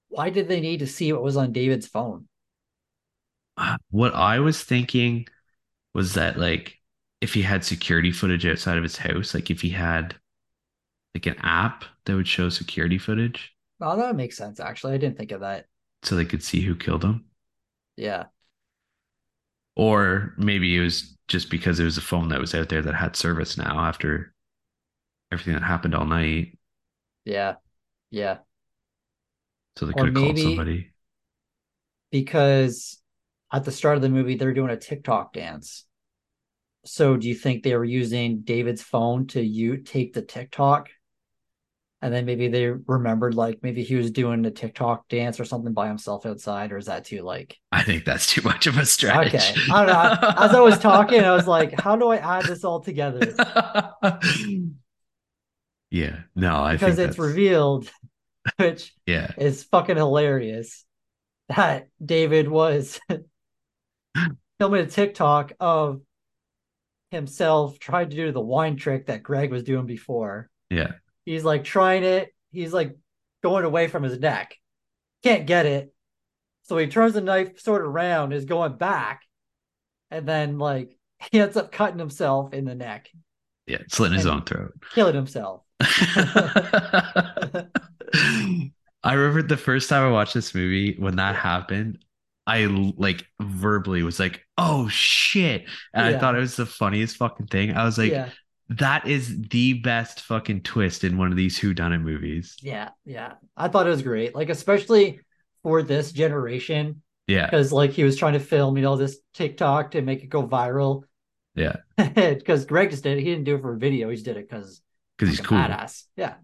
why did they need to see what was on David's phone? Uh, What I was thinking was that like if he had security footage outside of his house, like if he had like an app that would show security footage Oh, that makes sense actually. I didn't think of that. so they could see who killed him. Yeah. Or maybe it was just because it was a phone that was out there that had service now after everything that happened all night. Yeah. Yeah. So they Or could have called maybe- somebody. Because at the start of the movie, they're doing a TikTok dance. So do you think they were using David's phone to you take the TikTok? And then maybe they remembered like maybe he was doing a TikTok dance or something by himself outside, or is that too like I think that's too much of a stretch. Okay. I don't know. I- As I was talking, I was like, how do I add this all together? Because yeah. No, I it's think that's, revealed, which yeah. is fucking hilarious, that David was filming a TikTok of himself trying to do the wine trick that Greg was doing before. Yeah. He's like trying it, he's like going away from his neck, can't get it. So he turns the knife sort of around, is going back, and then like he ends up cutting himself in the neck. Yeah. Slitting his And- own throat. killing himself. I remember the first time I watched this movie when that happened, I like verbally was like, oh shit. And Yeah. I thought it was the funniest fucking thing. I was like, yeah, that is the best fucking twist in one of these whodunit movies. yeah, yeah. I thought it was great. Like, especially for this generation, Yeah. because like he was trying to film, you know, this TikTok to make it go viral. Yeah. Because Greg just did it. He didn't do it for a video. He just did it because Because he's cool. badass. Yeah.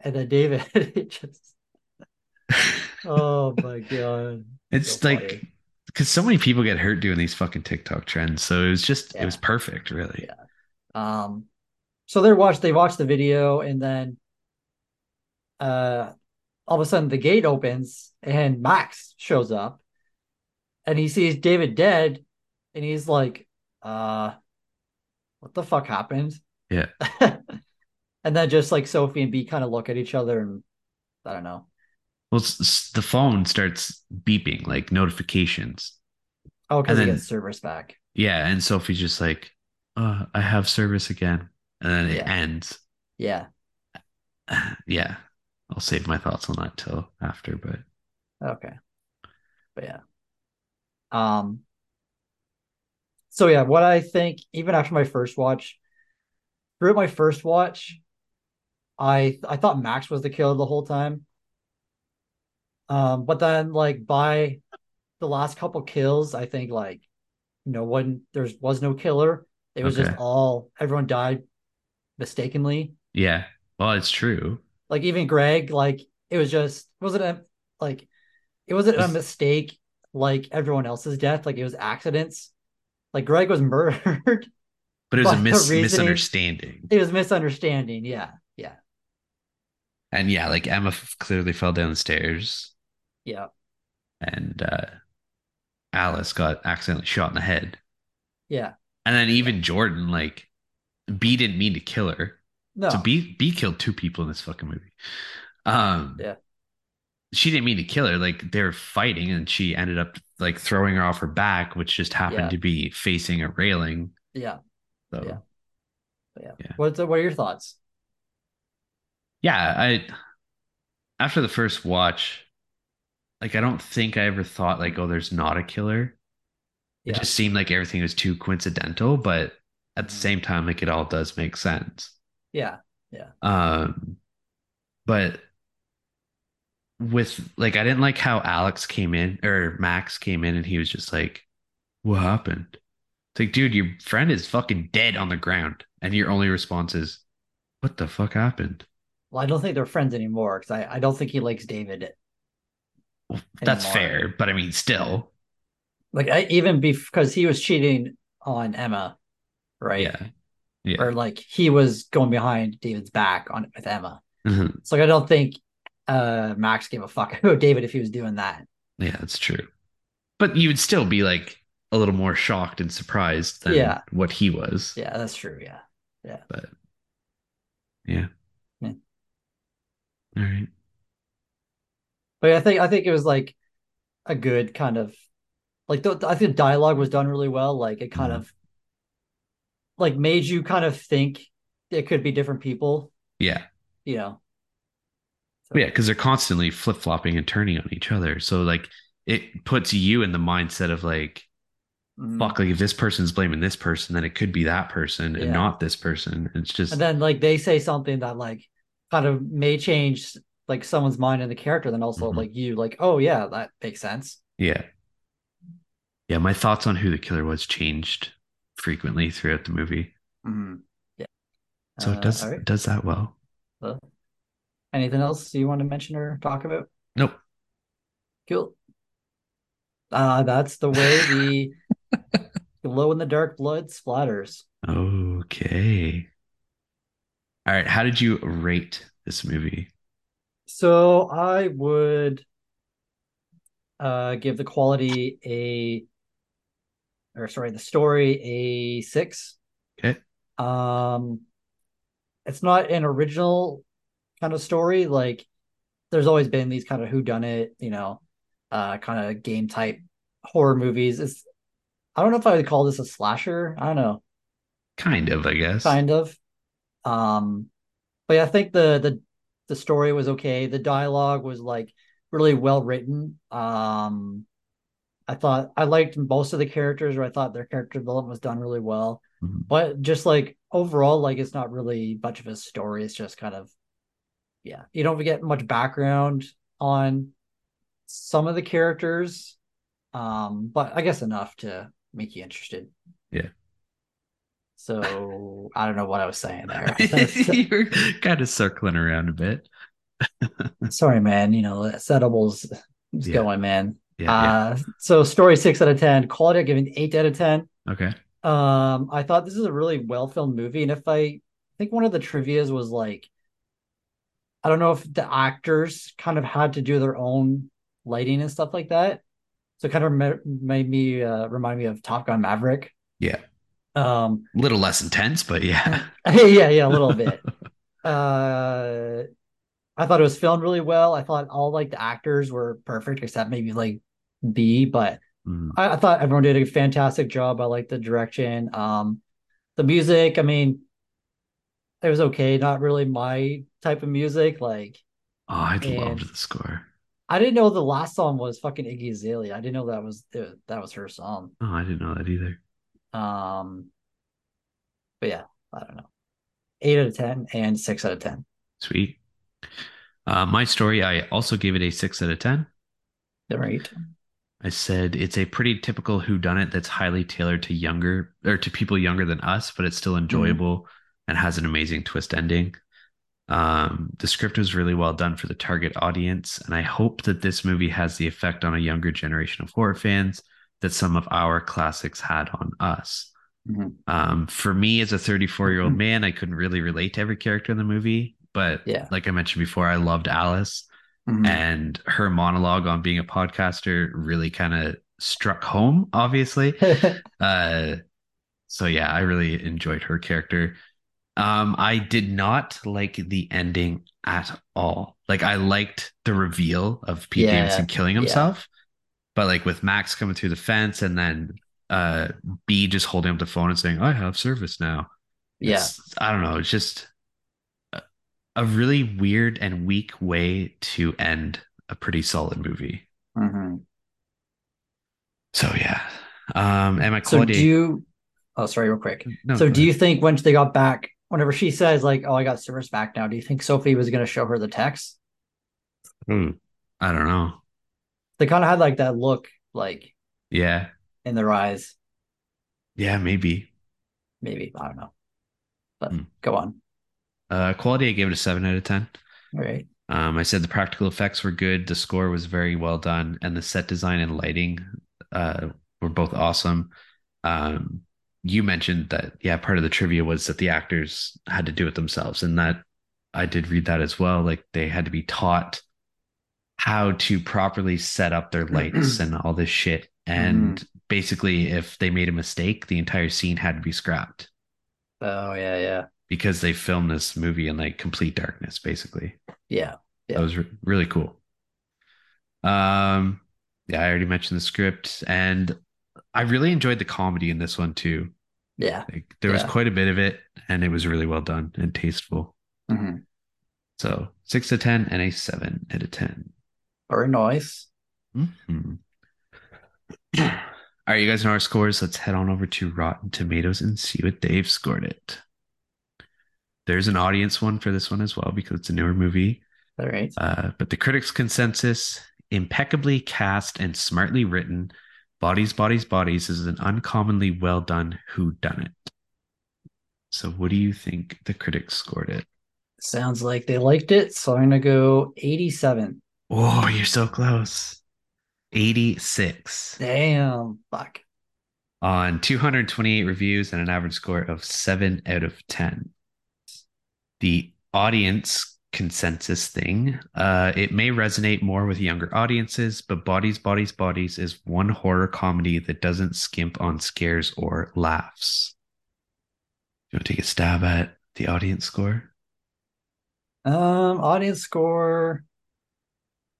And then David, it just oh my god. It's So like funny. because so many people get hurt doing these fucking TikTok trends. So it was just it was perfect, really. Yeah. Um, so they watched they watched the video and then uh all of a sudden the gate opens and Max shows up and he sees David dead and he's like, uh what the fuck happened? Yeah. and then just like Sophie and B kind of look at each other and I don't know. Well, s- s- the phone starts beeping like notifications. Oh, because he And then- gets service back. Yeah, and Sophie's just like, uh, I have service again. And then it Yeah. ends. Yeah. yeah. I'll save my thoughts on that till after, but Okay. But yeah. Um so yeah, what I think even after my first watch, throughout my first watch, I I thought Max was the killer the whole time. Um, but then like by the last couple kills, I think like no one there was no killer. It was Okay. just all everyone died mistakenly yeah. Well, it's true. like even Greg, like it was just wasn't a like it wasn't a Was- mistake like everyone else's death, like it was accidents. Like Greg was murdered. But it was But a the mis- reasoning- misunderstanding. it was misunderstanding. Yeah. Yeah. And yeah, like Emma f- clearly fell down the stairs Yeah. and uh Alice got accidentally shot in the head. Yeah. And then even Jordan, like, B didn't mean to kill her. No. So B B killed two people in this fucking movie. Um Yeah. She didn't mean to kill her. Like they were fighting and she ended up like throwing her off her back, which just happened Yeah. to be facing a railing. yeah. So yeah, Yeah. But yeah. Yeah. What's what are your thoughts? I after the first watch, like I don't think I ever thought like, oh, there's not a killer. It Yeah. just seemed like everything was too coincidental, but at the Mhm. same time, like it all does make sense. Yeah. Um, but with like, I didn't like how Alex came in or Max came in and he was just like, What happened? It's like, dude, your friend is fucking dead on the ground. And your only response is, What the fuck happened? Well, I don't think they're friends anymore because I, I don't think he likes David. Well, That's Anymore. fair, but I mean, still, Like I even because he was cheating on Emma, right? yeah, yeah, Or like he was going behind David's back on with Emma. Mhm. It's like I don't think uh Max gave a fuck about David if he was doing that. yeah, that's true. But you would still be like a little more shocked and surprised than Yeah. what he was. Yeah, that's true. Yeah. All right. But I think I think it was like a good kind of like the, I think the dialogue was done really well. Like it kind Mhm. of like made you kind of think it could be different people, Yeah. you know. So- Yeah, because they're constantly flip flopping and turning on each other. So like it puts you in the mindset of like, Mhm. fuck, like if this person's blaming this person, then it could be that person Yeah. and not this person. It's just And then like they say something that like kind of may change like someone's mind and the character, then also Mhm. like you like, oh yeah, that makes sense. yeah. Yeah, my thoughts on who the killer was changed frequently throughout the movie. Yeah. Mm-hmm. So Uh, it does all right. does that well. Anything else you want to mention or talk about? Nope. Cool. Uh, that's the way the glow in the dark blood splatters. Okay. All right. How did you rate this movie? So I would uh give the quality a or sorry, the story a six. Okay. Um it's not an original kind of story. Like there's always been these kind of who done it, you know, uh kind of game type horror movies. It's I don't know if I would call this a slasher. I don't know. Kind of, I guess. kind of um but i think the the the story was okay the dialogue was like really well written um i thought i liked most of the characters or i thought their character development was done really well Mhm. but just like overall like it's not really much of a story it's just kind of yeah you don't get much background on some of the characters um but i guess enough to make you interested Yeah. so i don't know what i was saying there You're kind of circling around a bit. sorry man you know settables is Yeah. going man Yeah. uh so story six out of ten quality i'm giving eight out of ten yeah. Okay. Um, I thought this is a really well filmed movie, and if I, I think one of the trivia's was like, I don't know if the actors kind of had to do their own lighting and stuff like that, so it kind of rem- made me uh, remind me of Top Gun Maverick. Yeah. Um. A little less intense, but yeah. Yeah. Yeah. A little bit. Uh, I thought it was filmed really well. I thought all like the actors were perfect except maybe like B, but Mm, I, I thought everyone did a fantastic job. I like the direction. Um, the music, I mean, it was okay. Not really my type of music. Like, Oh, I And- loved the score. I didn't know the last song was fucking Iggy Azalea. I didn't know that was uh, that was her song. Oh, I didn't know that either. Um, but yeah, I don't know. Eight out of ten and six out of ten. Sweet. Uh, my story, I also gave it a six out of 10. All right. I said it's a pretty typical whodunit that's highly tailored to younger or to people younger than us, but it's still enjoyable and has an amazing twist ending. Um, the script was really well done for the target audience, and I hope that this movie has the effect on a younger generation of horror fans that some of our classics had on us. Mhm. Um, for me, as a 34 year old Mhm. man, I couldn't really relate to every character in the movie, but Yeah. like I mentioned before, I loved Alice Mhm. Mm-hmm. and her monologue on being a podcaster really kind of struck home, obviously. uh, so yeah, I really enjoyed her character. Um, I did not like the ending at all. Like I liked the reveal of Pete Yeah, Davidson killing yeah. himself, but like with Max coming through the fence and then uh B just holding up the phone and saying, "I have service now." yeah. It's- I don't know. It's just a, a really weird and weak way to end a pretty solid movie. hmm So yeah. Um, and my So Claudia. do you? Oh, sorry, real quick. no, so go do ahead. you think when they got back, whenever she says like, "Oh, I got service back now," do you think Sophie was going to show her the text? Ooh, I don't know. They kind of had like that look, like Yeah, in their eyes. yeah, maybe. Maybe I don't know. But Hmm. go on. Uh, quality, I gave it a seven out of ten. All right. Um, I said the practical effects were good, the score was very well done, and the set design and lighting uh, were both awesome. Um, you mentioned that, yeah, part of the trivia was that the actors had to do it themselves, and that I did read that as well. Like they had to be taught how to properly set up their lights and all this shit. And basically, if they made a mistake, the entire scene had to be scrapped Oh yeah, yeah, because they filmed this movie in like complete darkness, basically. yeah. Yeah. That was re- really cool. Um, yeah, I already mentioned the script, and I really enjoyed the comedy in this one too. Yeah. Like, there was Yeah. quite a bit of it, and it was really well done and tasteful. Mm-hmm. So six to ten and a seven out of 10 Very nice. Mhm. All right, you guys know our scores. Let's head on over to Rotten Tomatoes and see what Dave scored it. There's an audience one for this one as well because it's a newer movie. All right. Uh, but the critics' consensus impeccably cast and smartly written, Bodies, Bodies, Bodies is an uncommonly well done whodunit. So, what do you think the critics scored it? Sounds like they liked it, so I'm gonna go 87. Oh, you're so close. 86 Damn, fuck. on 228 reviews and an average score of 7 out of 10. The audience consensus thing, uh, it may resonate more with younger audiences, but Bodies, Bodies, Bodies is one horror comedy that doesn't skimp on scares or laughs. You want to take a stab at the audience score? Um, audience score.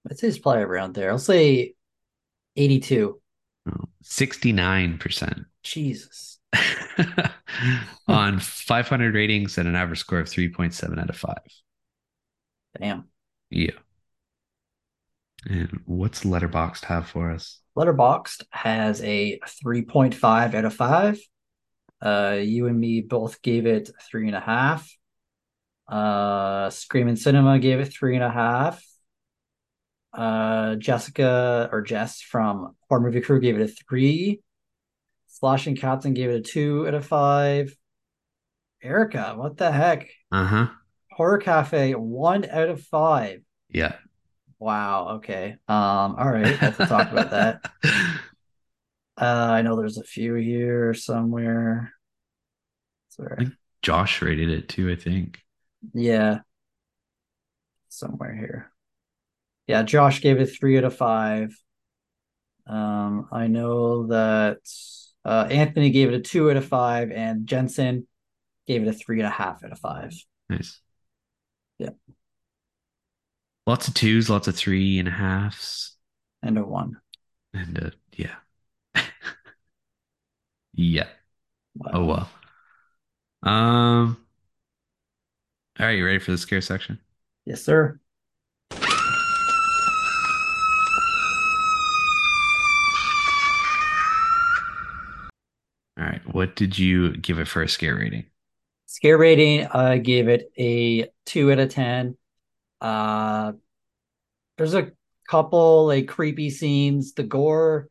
I'd say it's probably around there. I'll say 82. Oh, 69%. Jesus. on 500 ratings and an average score of 3.7 out of 5. Damn. Yeah. And what's Letterboxd have for us? Letterboxd has a 3.5 out of 5. Uh, you and me both gave it three and a half. Uh, Scream and Cinema gave it three and a half. Uh, Jessica or Jess from Horror Movie Crew gave it a three. Slash and Captain gave it a two out of five. Erica, what the heck? Uh huh. Horror Cafe, one out of five. Yeah. Wow. Okay. Um. All right. We'll have to talk about that. Uh, I know there's a few here somewhere. Sorry. Josh rated it too, I think. Yeah. Somewhere here. Yeah, Josh gave it three out of five. Um, I know that uh, Anthony gave it a two out of five, and Jensen gave it a three and a half out of five. Nice. Yeah. Lots of twos, lots of three and a halves, And a one. and uh, yeah. yeah. Wow. Oh well. Um. All right, you ready for the scare section? Yes, sir. All right. What did you give it for a scare rating? Scare rating, I gave it a two out of ten. Uh, there's a couple like creepy scenes. The gore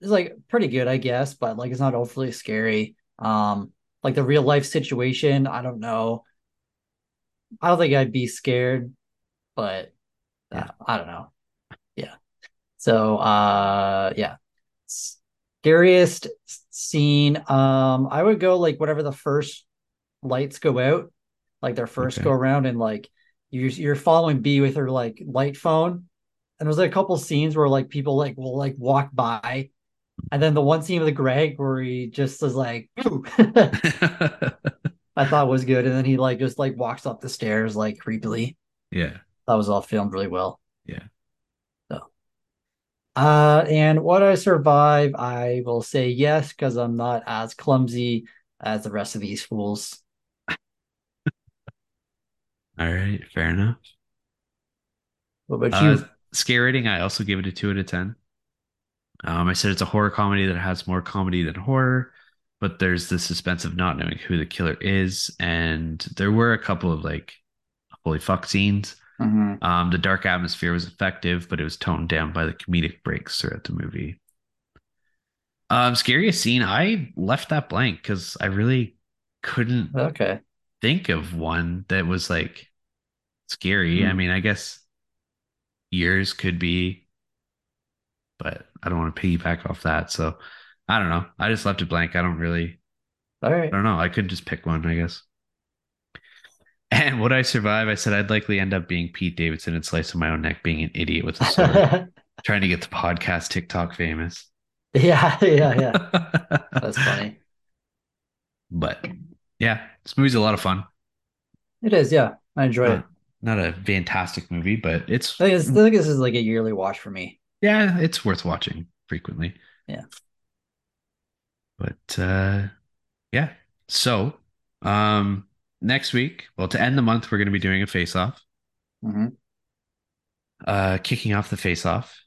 is like pretty good, I guess, but like it's not overly scary. Um, like the real life situation, I don't know. I don't think I'd be scared, but uh, Yeah. I don't know. Yeah. So, uh, yeah. Scariest s- scene, um, I would go like whatever the first lights go out, like their first Okay. go around, and like you're you're following B with her like light phone, and there's like a couple scenes where like people like will like walk by, and then the one scene with Greg where he just is like, "Ooh," I thought was good, and then he like just like walks up the stairs like creepily. yeah. That was all filmed really well. Yeah. So, uh, and what I survive, I will say yes because I'm not as clumsy as the rest of these fools. All right. Fair enough. What about Uh, you? scare rating, I also give it a two out of ten. Um, I said it's a horror comedy that has more comedy than horror, but there's the suspense of not knowing who the killer is, and there were a couple of like holy fuck scenes. Mhm. Um, the dark atmosphere was effective, but it was toned down by the comedic breaks throughout the movie. Um, scariest scene, I left that blank because I really couldn't Okay. think of one that was like scary. I Hmm. mean, I guess yours could be, but I don't want to piggyback off that. So I don't know. I just left it blank. I don't really, All I right. don't know. I could just pick one, I guess. And would I survive? I said I'd likely end up being Pete Davidson and slice of my own neck, being an idiot with a sword, yeah, trying to get the podcast TikTok famous. yeah, yeah. That's funny. But yeah, this movie's a lot of fun. It is, yeah. I enjoy it. Not, not a fantastic movie, but it's I think, it's, I think this is like a yearly watch for me. yeah, it's worth watching frequently. Yeah. But uh yeah. So um next week, well to end the month, we're gonna be doing a face off. hmm Uh kicking off the face off.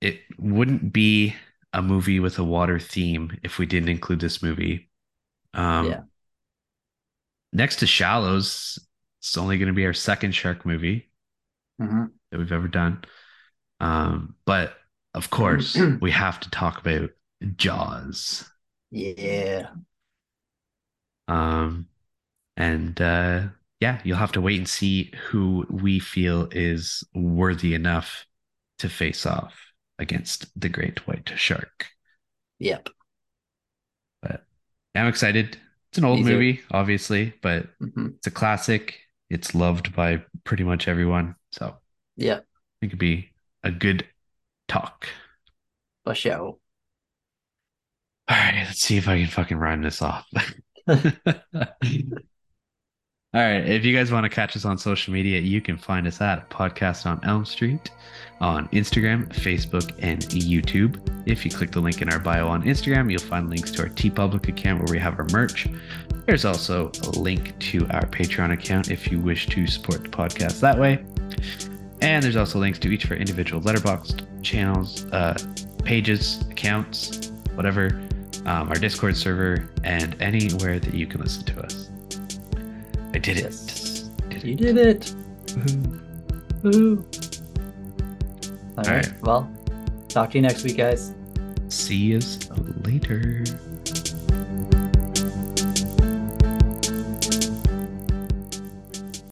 It wouldn't be a movie with a water theme if we didn't include this movie. Um Yeah. next to Shallows, it's only gonna be our second shark movie. hmm that we've ever done. Um, but of course, we have to talk about Jaws. Yeah. Um, and uh, yeah, you'll have to wait and see who we feel is worthy enough to face off against the great white shark. Yep. I'm excited. It's an old Me too. movie, obviously, but hmm it's a classic. It's loved by pretty much everyone. So I Yep. think it'd be a good talk. For sure. All right, let's see if I can fucking rhyme this off. All right, if you guys want to catch us on social media, you can find us at Podcast on Elm Street on Instagram, Facebook, and YouTube. If you click the link in our bio on Instagram, you'll find links to our TeePublic account where we have our merch. There's also a link to our Patreon account if you wish to support the podcast that way. And there's also links to each of our individual letterboxed channels, uh, pages, accounts, whatever, um, our Discord server, and anywhere that you can listen to us. I did it. Yes. Did You did it. Woohoo. All All right. right. Well, talk to you next week, guys. See you later.